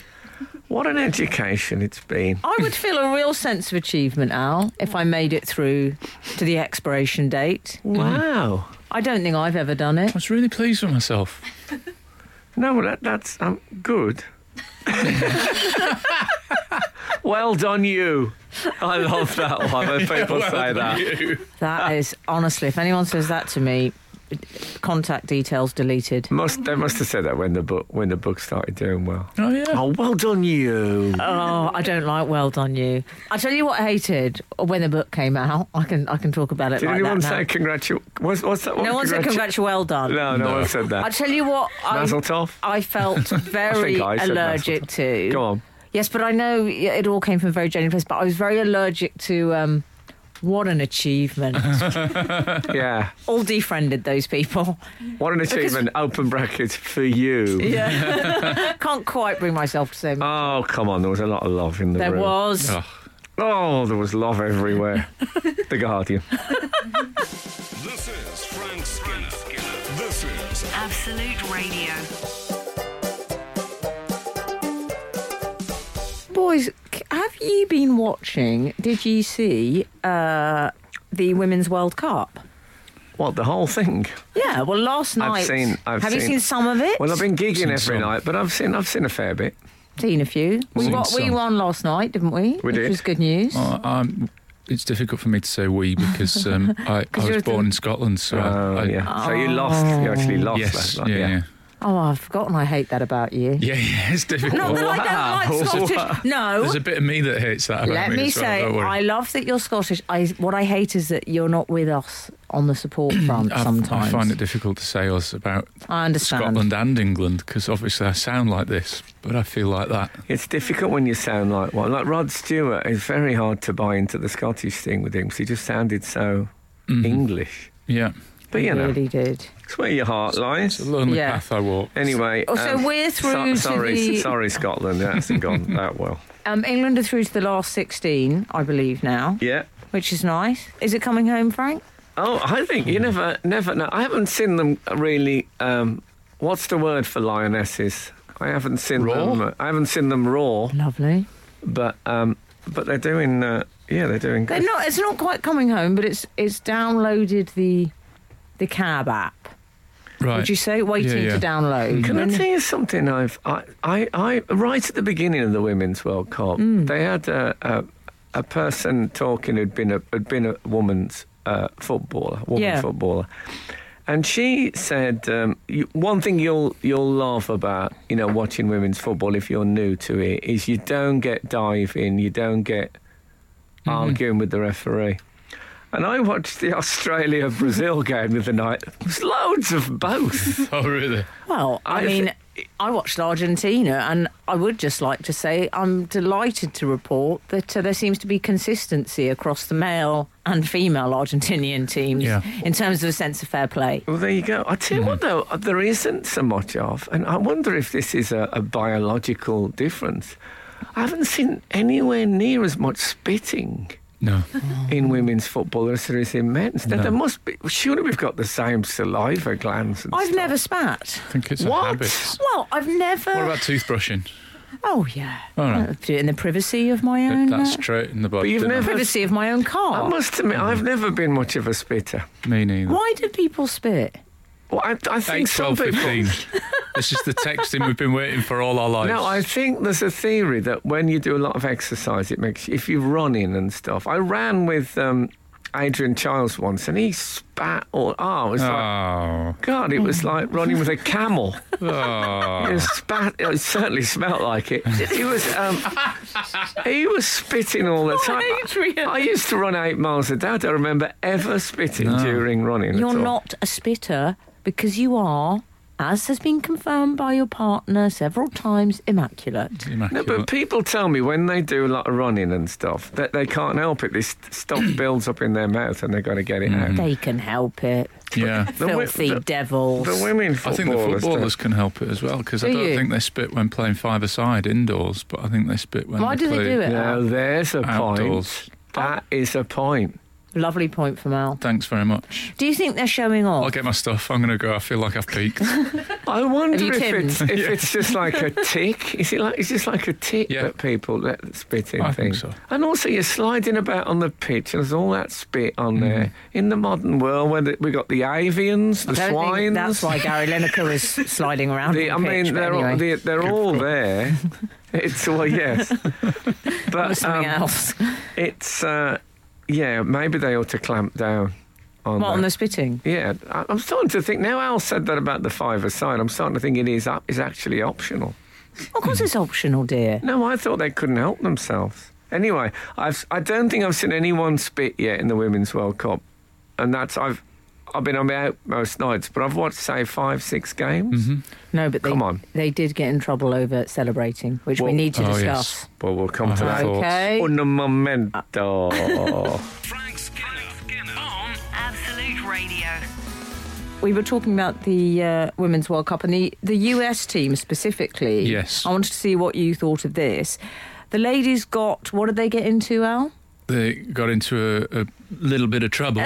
What an education it's been. I would feel a real sense of achievement, Al, if I made it through to the expiration date. Wow. I don't think I've ever done it. I was really pleased with myself. No, well, that, that's um, good. well done, you. I love that one when people say that. Ah. That is honestly, if anyone says that to me, contact details deleted. Must they must have said that when the book when the book started doing well. Oh yeah. Oh, well done, you. Oh, I don't like. Well done, you. I tell you what, I hated when the book came out. I can I can talk about it Did like anyone that now. say congratu? What's, what's that? no one said congratu well done. No, no, one said I that. tell you what, Mazel I, tov. I felt very I said allergic to. Go on. Yes, but I know it all came from a very genuine place, but I was very allergic to um, what an achievement. Yeah. all defriended those people. What an achievement. Open brackets for you. Yeah. Can't quite bring myself to say Oh, come on. There was a lot of love in the there room. was. Oh. Oh, there was love everywhere. the Guardian. This is Frank Skinner. This is Absolute Radio. Boys, c- have you been watching? Did you see uh, the Women's World Cup? What, the whole thing? Yeah, well, last night. I've seen. I've have you seen some of it? Well, I've been gigging Seen every some. night, but I've seen. I've seen a fair bit. Seen a few. We Seen won, we some. won last night, didn't we? We Which did. Oh. was good news. Well, I'm, it's difficult for me to say we because um, I, I you're was the- born in Scotland, so I- Oh, I, yeah. So you lost. You actually lost yes, last yeah, night. yeah, Oh, I've forgotten. I hate that about you. yeah, yeah, it's difficult. Not that I don't like Wow. Scottish. No. There's a bit of me that hates that about Let me, me as well, say, don't worry. I love that you're Scottish. I, what I hate is that you're not with us on the support front I- sometimes. I find it difficult to say us about I understand. Scotland and England because obviously I sound like this, but I feel like that. It's difficult when you sound like one. Like Rod Stewart, it's very hard to buy into the Scottish thing with him because he just sounded so Mm-hmm. English. Yeah, But you know, really did. it's where your heart lies. it's a lonely Yeah. path I walk. Anyway, um, Oh, so we're through to sorry, the- sorry, Scotland. That hasn't gone that well. Um, England are through to the last 16, I believe, now, Yeah. which is nice. Is it coming home, Frank? Oh, I think you never, never. No, I haven't seen them really. Um, what's the word for lionesses? I haven't seen Raw? them. uh, I haven't seen them raw, Lovely. but um, but they're doing. Uh, yeah, they're doing. They're Good. not, it's not quite coming home, but it's it's downloaded the the cab app. Right. Would you say waiting yeah. to download? Can I And- tell you something? I've I, I, I right at the beginning of the Women's World Cup, they had a, a a person talking who'd been a had been a woman's uh, footballer, woman Yeah. footballer, and she said um, you, one thing you'll you'll love about you know watching women's football if you're new to it is you don't get diving, you don't get arguing with the referee. And I watched the Australia Brazil game the other night. There's loads of both. Oh, really? Well, I, I mean, thi- I watched Argentina, and I would just like to say I'm delighted to report that uh, there seems to be consistency across the male and female Argentinian teams Yeah. in terms of a sense of fair play. Well, there you go. I tell you Hmm. what, though, uh, there isn't so much of, and I wonder if this is a, a biological difference. I haven't seen anywhere near as much spitting No. Mm-hmm. in women's football as there is in men's. Now, there must be. Surely we've got the same saliva glands. And I've stuff. never spat. I think it's a What? habit. Well, I've never. What about toothbrushing? oh yeah, All right. Uh, do it in the privacy of my own. That's uh, straight in the body. But you've didn't I? never- privacy of my own I car. must admit, Mm-hmm. I've never been much of a spitter. Me neither. Why do people spit? Well, I, I Eight, think some twelve, people. fifteen. this is the texting we've been waiting for all our lives. No, I think there's a theory that when you do a lot of exercise, it makes if you're running and stuff. I ran with um, Adrian Childs once, and he spat all. Oh, it was like Oh, God, it was like running with a camel. oh. It was spat. It certainly smelt like it. He was um, he was spitting all the time. Adrian. I used to run eight miles a day. I don't remember ever spitting during running. You're at all. not a spitter because you are, as has been confirmed by your partner several times, immaculate. No, but people tell me when they do a lot of running and stuff that they can't help it. This stuff builds up in their mouth and they've got to get it out. Mm-hmm. They can help it. yeah. The wi- Filthy the- devils. The women I footballers. think the don't- footballers can help it as well because I Do don't you? think they spit when playing five-a-side indoors, but I think they spit when Why they do they play do it? Now there's a outdoors. point. That is a point. Lovely point from Al. Thanks very much. Do you think they're showing off? I'll get my stuff. I'm going to go. I feel like I've peaked. I wonder you if timmed? it's if it's just like a tick. Is it like it's just like a tick Yeah. that people that spit in I think things. so. And also you're sliding about on the pitch and there's all that spit Mm-hmm. on there. In the modern world where the- we got the avians, the I don't think swines. that's why Gary Lineker is sliding around. The, I on the pitch, mean, but they're all anyway, they're, they're all there. It's well, yes, there's but something um, else. it's uh, yeah. Maybe they ought to clamp down on What that. on the spitting? Yeah, I- I'm starting to think now. Al said that about the five aside. I'm starting to think it is up is actually optional. Of course, it's optional, dear. No, I thought they couldn't help themselves. Anyway, I've I don't think I've seen anyone spit yet in the Women's World Cup, and that's I've I've been on my out most nights, but I've watched say five six games. No, but they, Come on. they did get in trouble over celebrating, which we Well- need to Oh, discuss. yes. But we'll come to I that. thought- Okay. Un momento. Frank Skinner, on Absolute Radio. We were talking about the uh, Women's World Cup and the, the US team specifically. Yes. I wanted to see what you thought of this. The ladies got, what did they get into, Al? they got into a, a little bit of trouble.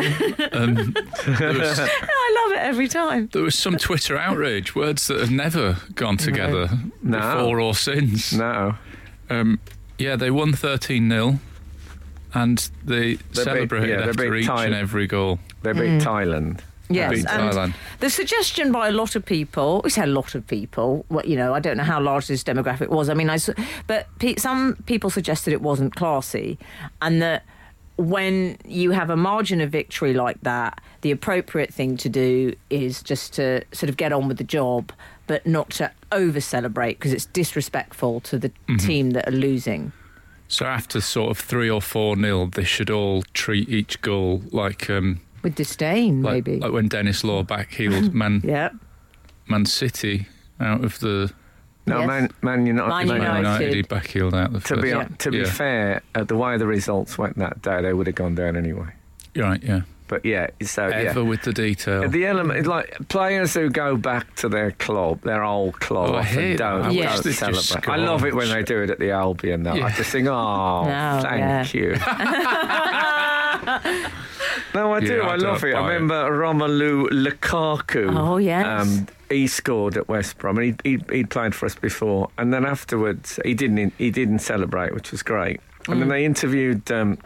Um, there, was, I love it every time. there was some Twitter outrage, words that have never gone together No. before or since. no, Um, yeah, they won 13 0 and they They beat- celebrated yeah, they after beat each Thailand. and every goal. Mm. they beat Thailand. Yes, beat and Thailand. the suggestion by a lot of people, we say a lot of people, well, you know, I don't know how large this demographic was. I mean, I, s- but pe- some people suggested it wasn't classy and that when you have a margin of victory like that, the appropriate thing to do is just to sort of get on with the job, but not to over celebrate because it's disrespectful to the team that are losing. So after sort of three or four nil, they should all treat each goal like um, With disdain, like, oh. maybe. like when Dennis Law backheeled Man yeah. Man City out of the No, Yes. Man, Man United. Man Man United. United. He backheeled out the To first. be Yeah. to be Yeah. fair, uh, the way the results went that day, they would have gone down anyway. right, yeah. But yeah, so yeah. Ever with the detail. The element, like players who go back to their club, their old club, Oh, I often hate don't, that. I wish don't they'd just celebrate. score. I love it when they do it at the Albion, though. I Yeah. just think, oh, No, thank you. no, I do. Yeah, I I, love don't it. I buy it. remember Romelu Lukaku. um, Oh, yes. he scored at West Brom, and he he he'd played for us before, and then afterwards he didn't he didn't celebrate, which was great. And Mm. then they interviewed um,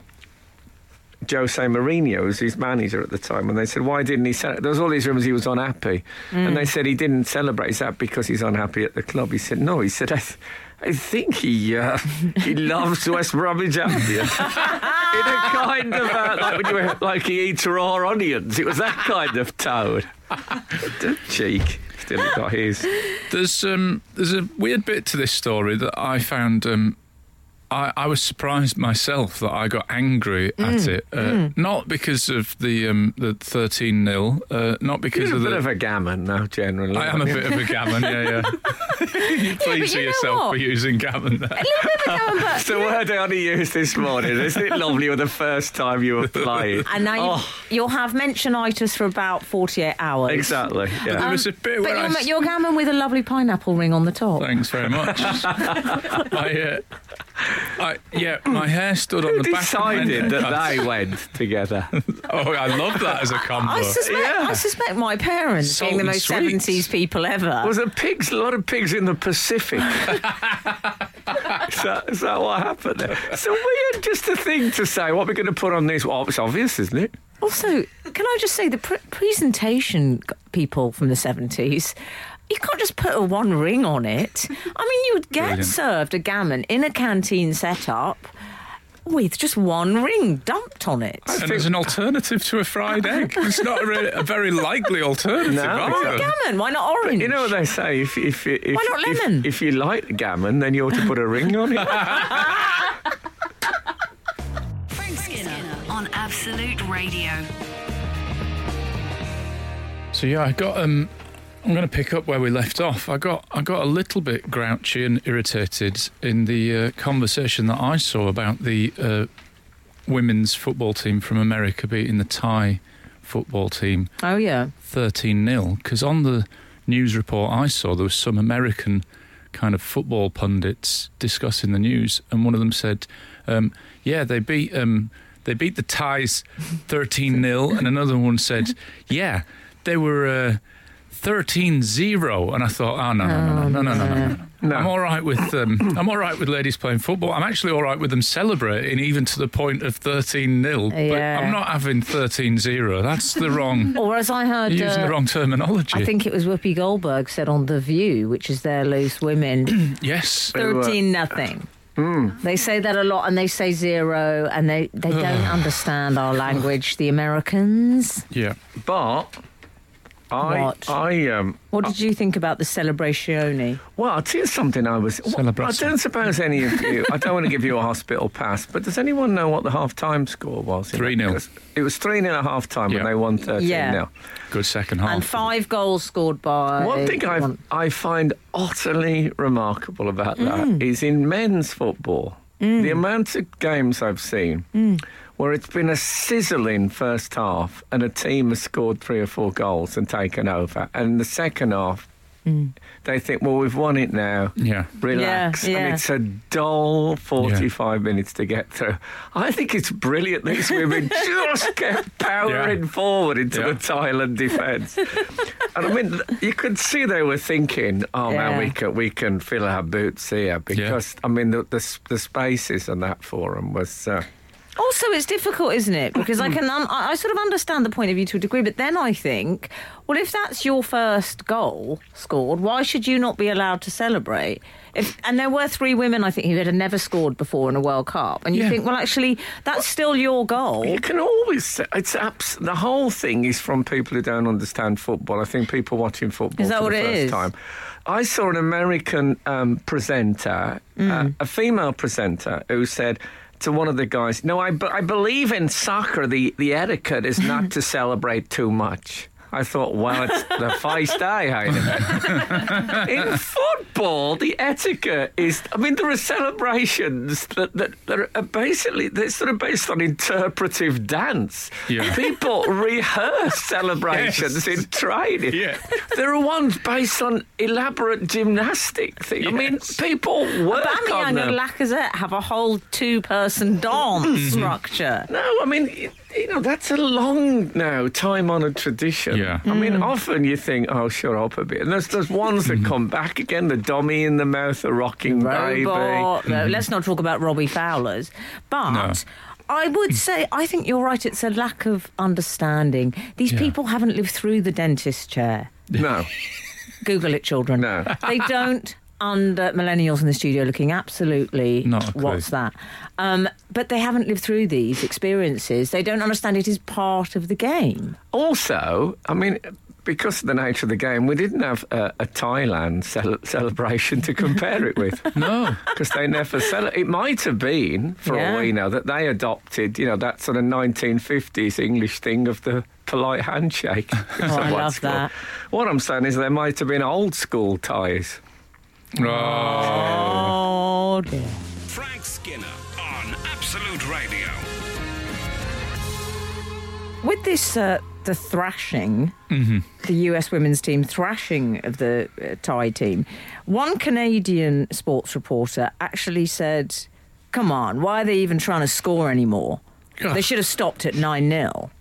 Jose Mourinho, who was his manager at the time, and they said, "Why didn't he?" Cel-? There was all these rumours he was unhappy, and Mm. they said he didn't celebrate. Is that because he's unhappy at the club? He said, "No." He said, "I, th- I think he uh, he loves West Bromwich Albion." In a kind of uh, like when you were, like he eats raw onions. It was that kind of tone. The Cheek. Still got his. There's um, there's a weird bit to this story that I found. Um, I, I was surprised myself that I got angry Mm. at it, uh, not because of the um, the thirteen 0 uh, not because He's a of bit the. of a gammon now, generally. I am a bit of a gammon, yeah, yeah. you please you know yourself what? for using gammon there. It's the word I only used this morning. Isn't it lovely when the first time you apply it? And now you, Oh. you'll have mentionitis for about 48 hours. Exactly. Yeah. There was a bit um, But where I you're, s- you're gammon with a lovely pineapple ring on the top. Thanks very much. I, uh, I, yeah, my hair stood on Who the back. decided of my that they went together? Oh, I love that as a combo. I suspect, Yeah. I suspect my parents Salt being the and most sweets. 70s people ever. Was there pigs? A lot of pigs in the Pacific. is, that, is that what happened? There? It's a weird, just a thing to say. What we're going to put on this? Well, it's obvious, isn't it? also, can I just say the pr- presentation g- people from the 70s, you can't just put a one ring on it. I mean, you would get Brilliant. served a gammon in a canteen setup with just one ring dumped on it. And as an alternative to a fried egg, it's not a, re- a very likely alternative. No, either. gammon, why not orange? You know what they say? If if if, if, Why not lemon? if, if you like the gammon, then you ought to put a ring on it. Frank Skinner on Absolute Radio. So yeah, I got. Um, I'm going to pick up where we left off. I got I got a little bit grouchy and irritated in the uh, conversation that I saw about the uh, women's football team from America beating the Thai football team oh, yeah. 13 0 because on the news report I saw there was some American kind of football pundits discussing the news and one of them said um, yeah they beat um, they beat the Thais 13 0 and another one said yeah they were uh, 13-0 and I thought oh no no no no no no no, no. No. I'm all right with um, I'm all right with ladies playing football. I'm actually all right with them celebrating even to the point of 13-0, but Yeah. I'm not having 13-0. That's the wrong Or as I heard. you're using uh, the wrong terminology. I think it was Whoopi Goldberg said on The View, which is their loose women, yes. 13 nothing. They say that a lot and they say zero and they, they don't understand our language, the Americans. Yeah. But I What? I um What did you think about the celebration? well, I'll tell you something. I was. well, I Celebration. don't suppose any of you. I don't want to give you a hospital pass, but does anyone know what the half time score was? 3-0. Because It was three 0 at half time, Yeah. and they won thirteen 0 Yeah. Good second half. And five goals scored by. One thing I, I find utterly remarkable about that is in men's football, the amount of games I've seen where it's been a sizzling first half and a team has scored three or four goals and taken over, and the second half, Mm. they think, well, we've won it now. Yeah. Relax, Yeah, yeah. and it's a dull 45 minutes to get through. I think it's brilliant these women just kept powering Yeah. forward into Yeah. the Thailand defence. And I mean, th- you could see they were thinking, "Oh Yeah. man, we can we can fill our boots here," because I mean, the the, s- the spaces on that forum was uh, Also, it's difficult, isn't it? Because I can, un- I I sort of understand the point of view to a degree, but then I think, well, if that's your first goal scored, why should you not be allowed to celebrate? If, and there were three women, I think, who had never scored before in a World Cup, and you Yeah. think, well, actually, that's still your goal. You can always. say- It's abs- the whole thing is from people who don't understand football. I think people watching football Is that for what the first it is? time. I saw an American um, presenter, uh, a Mm. female presenter, who said to one of the guys, "No, I, be- I believe in soccer. The the etiquette is not to celebrate too much." I thought, well, it's the feist I hide in football, the etiquette is. I mean, there are celebrations that, that, that are basically they're sort of based on interpretive dance. Yeah. People rehearse celebrations Yes. in training. Yeah. There are ones based on elaborate gymnastic things. I mean, Yes. people work on Bamiyang them. and Lacazette have a whole two-person Mm-hmm. dance structure. No, I mean, y- you know, that's a long now time honoured tradition. Yeah. I mean, Mm. often you think, oh, sure, up a bit. And there's, there's ones Mm-hmm. that come back again the dummy in the mouth, the rocking baby. robot. No, let's not talk about Robbie Fowler's. But Mm-hmm. No. I would say, I think you're right. It's a lack of understanding. These Yeah. people haven't lived through the dentist chair. No, Google it, children. No. They don't. Under millennials in the studio looking absolutely, Not a clue. what's that? Um, but they haven't lived through these experiences. They don't understand it is part of the game. Also, I mean, because of the nature of the game, we didn't have a, a Thailand cel- celebration to compare it with. No. Because they never sell it. might have been, for all Yeah. we know, that they adopted, you know, that sort of 1950s English thing of the polite handshake. Oh, I So what's love cool. that. What I'm saying is there might have been old school ties. Oh. Oh dear. Frank Skinner on Absolute Radio. With this, uh, the thrashing, the US women's team thrashing of the uh, Thai team, one Canadian sports reporter actually said, Come on, why are they even trying to score anymore? They should have stopped at 9 0.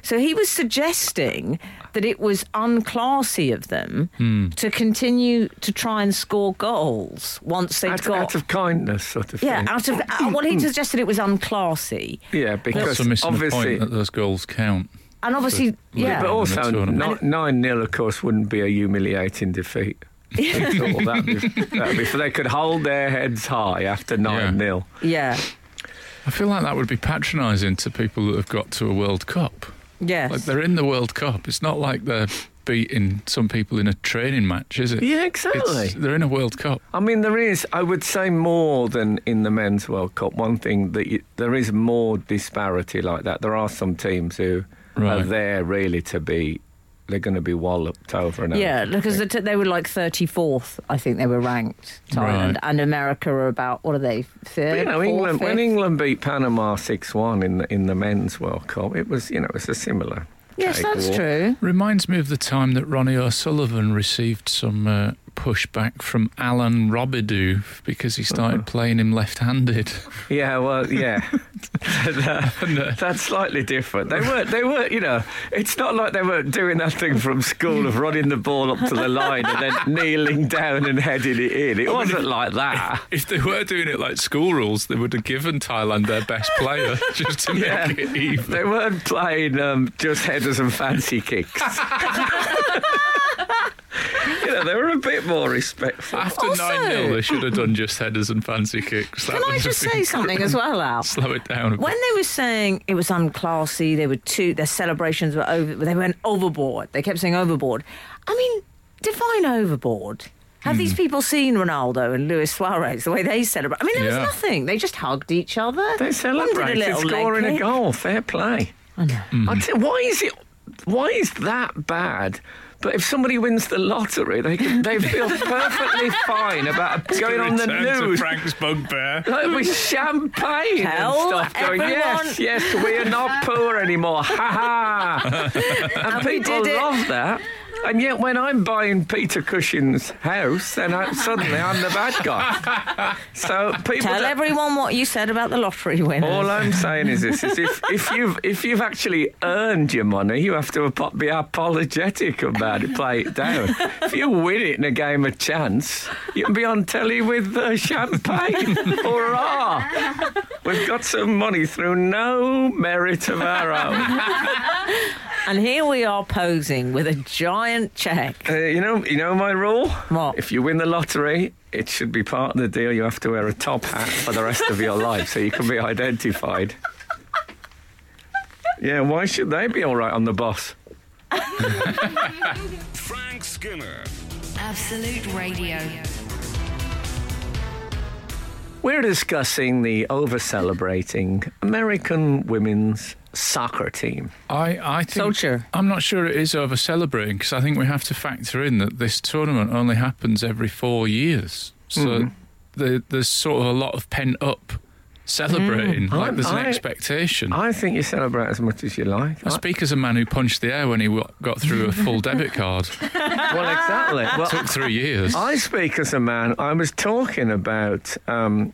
So he was suggesting that it was unclassy of them to continue to try and score goals once they'd Out, got. out of kindness, sort of yeah, thing. out of. uh, well, he suggested it was unclassy. yeah, because Also missing the obviously. point that those goals count. And obviously, But yeah. in the also, tournament. 9 0, of course, wouldn't be a humiliating defeat. They thought that'd be- that'd be- so they could hold their heads high after 9 0. yeah. I feel like that would be patronising to people that have got to a World Cup. Yes. Like they're in the World Cup. It's not like they're beating some people in a training match, is it? Yeah, It's, exactly. they're in a World Cup. I mean, there is, I would say, more than in the Men's World Cup. One thing that you, there is more disparity like that. There are some teams who are Right. there really to be, they're going to be walloped over and over. Yeah, because the t- they were like 34th, I think they were ranked, Thailand. Right. And America are about, what are they, third? But, you know, fourth, England, when fifth? England beat Panama 6 1 in the, in the Men's World Cup, it was, you know, it was a similar. Yes, that's cakewalk. true. Reminds me of the time that Ronnie O'Sullivan received some uh, pushback from Alan Robidoux because he Oh. started playing him left-handed. Yeah, well, yeah, that's slightly different. They weren't, they weren't, you know, it's not like they weren't doing that thing from school of running the ball up to the line and then kneeling down and heading it in. It wasn't like that. If they were doing it like school rules, they would have given Thailand their best player just to make Yeah. it even. They weren't playing um, just headers and fancy kicks. you know, they were a bit more respectful. After Also- 9 0, they should have done just headers and fancy kicks. That Can would I have just been say something as well, Al? Slow it down. a When bit. they were saying it was unclassy, they were too, their celebrations were over, they went overboard. They kept saying overboard. I mean, define overboard. Have Hmm. these people seen Ronaldo and Luis Suarez the way they celebrate? I mean, there Yeah. was nothing. They just hugged each other. One did They a celebrated little leg scoring a kick. goal. Fair play. I know. Mm-hmm. I'd say, why is it? Why is that bad? But if somebody wins the lottery, they can, they feel perfectly fine about going on the Return to news. Frank's bugbear. Like with champagne Tell and stuff, going everyone- yes, yes, we are not poor anymore, ha ha! and, we people did it. love that. And yet, when I'm buying Peter Cushing's house, then I, suddenly I'm the bad guy. So people. Tell don't- everyone what you said about the lottery winners. all I'm saying is this: is if, if you've if you've actually earned your money, you have to apo- be apologetic about it, play it down. If you win it in a game of chance, you can be on telly with uh, champagne. Hurrah! We've got some money through no merit of our own. and here we are posing with a giant check. Uh, you know, you know my rule. What? If you win the lottery, it should be part of the deal. You have to wear a top hat for the rest of your life, so you can be identified. Yeah, why should they be all right on the bus? Frank Skinner. Absolute Radio. We're discussing the over-celebrating American women's soccer team. I, I think Solskjaer. I'm not sure it is over celebrating because I think we have to factor in that this tournament only happens every four years, so the, there's sort of a lot of pent up celebrating. Like I'm- there's an I- expectation. I, I think you celebrate as much as you like. I- speak as a man who punched the air when he w- got through a full debit card. well, exactly. Well, Took three years. I speak as a man. I was talking about. Um,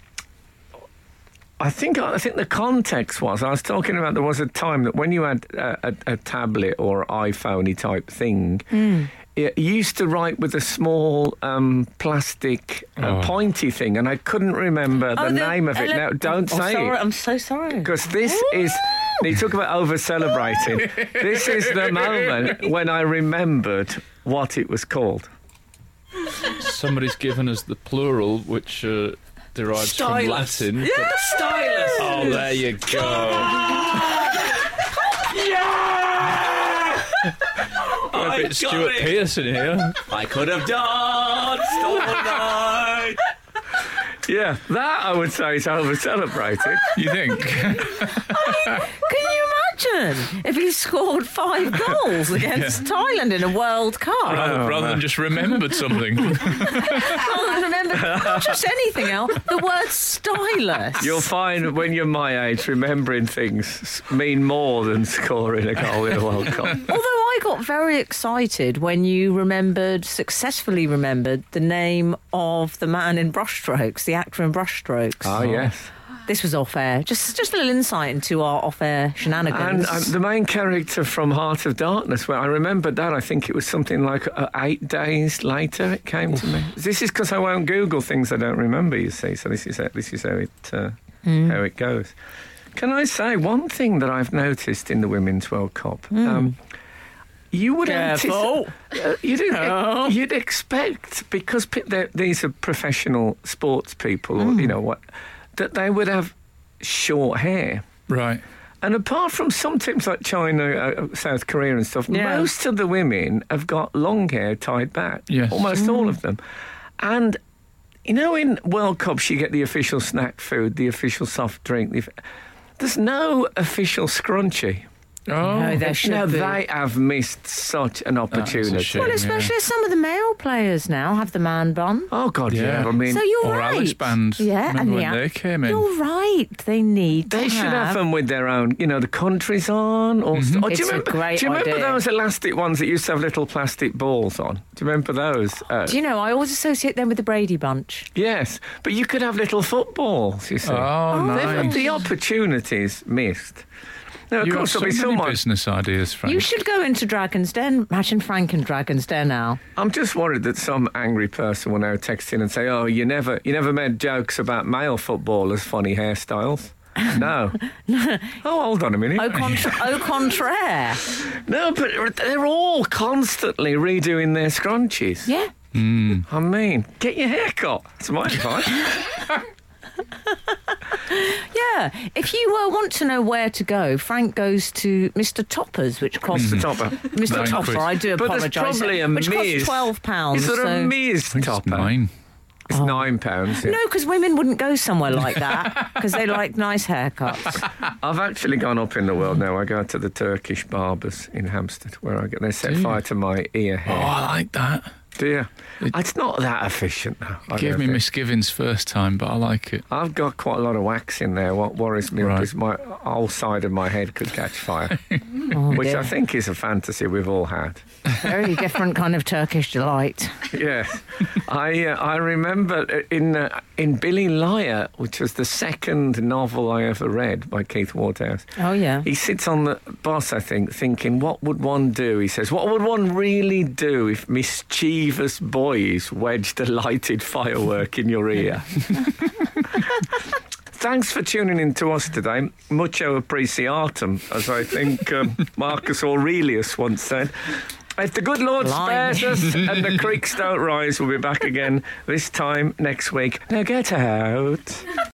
I think I think the context was I was talking about there was a time that when you had a, a, a tablet or iPhone type thing, Mm. it you used to write with a small um, plastic uh, Oh. pointy thing, and I couldn't remember the, name of it. Oh, ele- now, don't oh, say sorry, it. I'm so sorry. Because this is. You talk about over celebrating. this is the moment when I remembered what it was called. Somebody's given us the plural, which uh, derives Stylus. from Latin. Stylus! Oh, there you go. I'm a bit Stuart Pearson here. I could have danced all night. Yeah, that I would say is over celebrated. you think? Can you imagine if he scored five goals against Thailand in a World Cup? Oh, rather than just remembered something. I remember not just anything else, the word stylus. You'll find when you're my age, remembering things s- mean more than scoring a goal in a World Cup. Although I got very excited when you remembered, successfully remembered, the name of the man in Brushstrokes, the actor in Brushstrokes. Ah, Oh, yes. This was off air. Just, just a little insight into our off air And shenanigans. um, the main character from Heart of Darkness, where I remembered that, I think it was something like uh, eight days later it came to me. This is because I won't Google things I don't remember, you see, so this is, how- this is how, it, uh, Mm. how it goes. Can I say one thing that I've noticed in the Women's World Cup? Um, you would antici- Mm. Careful. Uh, you'd, you'd expect because pe- they're- these are professional sports people, or Mm. you know what, that they would have short hair. right. And apart from some teams like China, uh, South Korea, and stuff, Yeah. most of the women have got long hair tied back. Yes. Almost Mm. all of them. And, you know, in World Cups, you get the official snack food, the official soft drink. The, offi- there's no official scrunchie. Oh, no, there should now, be. they have missed such an opportunity. shame. well, especially some of the male players now have the man bun. oh, God, yeah. Yeah. I mean, So you're or right. Alex Band. Yeah, Remember and when yeah. they came in? You're right. They need. They to should have them with their own, you know, the countries on. Or st- oh, do It's you a remember, great do you remember idea. those elastic ones that used to have little plastic balls on? Do you remember those? Uh, Do you know? I always associate them with the Brady Bunch. yes, but you could have little footballs. You see, Oh, They've had nice. the opportunities missed. Now, of you have course, so there'll many be someone. business ideas, Frank. You should go into Dragon's Den. Imagine Frank and Dragon's Den now. I'm just worried that some angry person will now text in and say, "Oh, you never, you never made jokes about male footballers' funny hairstyles." No. oh, hold on a minute. Au, contra- au contraire. No, but they're all constantly redoing their scrunchies. Yeah. I mean, get your hair cut. It's my advice. Yeah. If you uh, want to know where to go, Frank goes to Mr. Topper's, which costs Mr. Topper. Mr. Nine Topper, quid. I do But there's apologise. probably a which miss. costs twelve pounds. Is there a so- Oh. Ms. I think it's Topper? nine. It's nine pounds. yeah. No, because women wouldn't go somewhere like that because they like nice haircuts. I've actually gone up in the world now. I go to the Turkish barbers in Hampstead where I get they set fire to my ear Oh, hair. I like that. Do you? It's not that efficient now. I Gave don't me think. misgivings first time, but I like it. I've got quite a lot of wax in there. What worries me Right. is my whole side of my head could catch fire. which Oh, dear. I think is a fantasy we've all had. Very different kind of Turkish delight. Yeah, I uh, I remember in uh, in Billy Liar, which was the second novel I ever read by Keith Waterhouse. Oh, yeah. He sits on the bus, I think, thinking, "What would one do?" He says, "What would one really do if mischievous boys wedged a lighted firework in your ear?" Thanks for tuning in to us today. Mucho appreciatum, as I think um, Marcus Aurelius once said. If the good Lord Blimey. spares us and the creeks don't rise, we'll be back again this time next week. Now get out.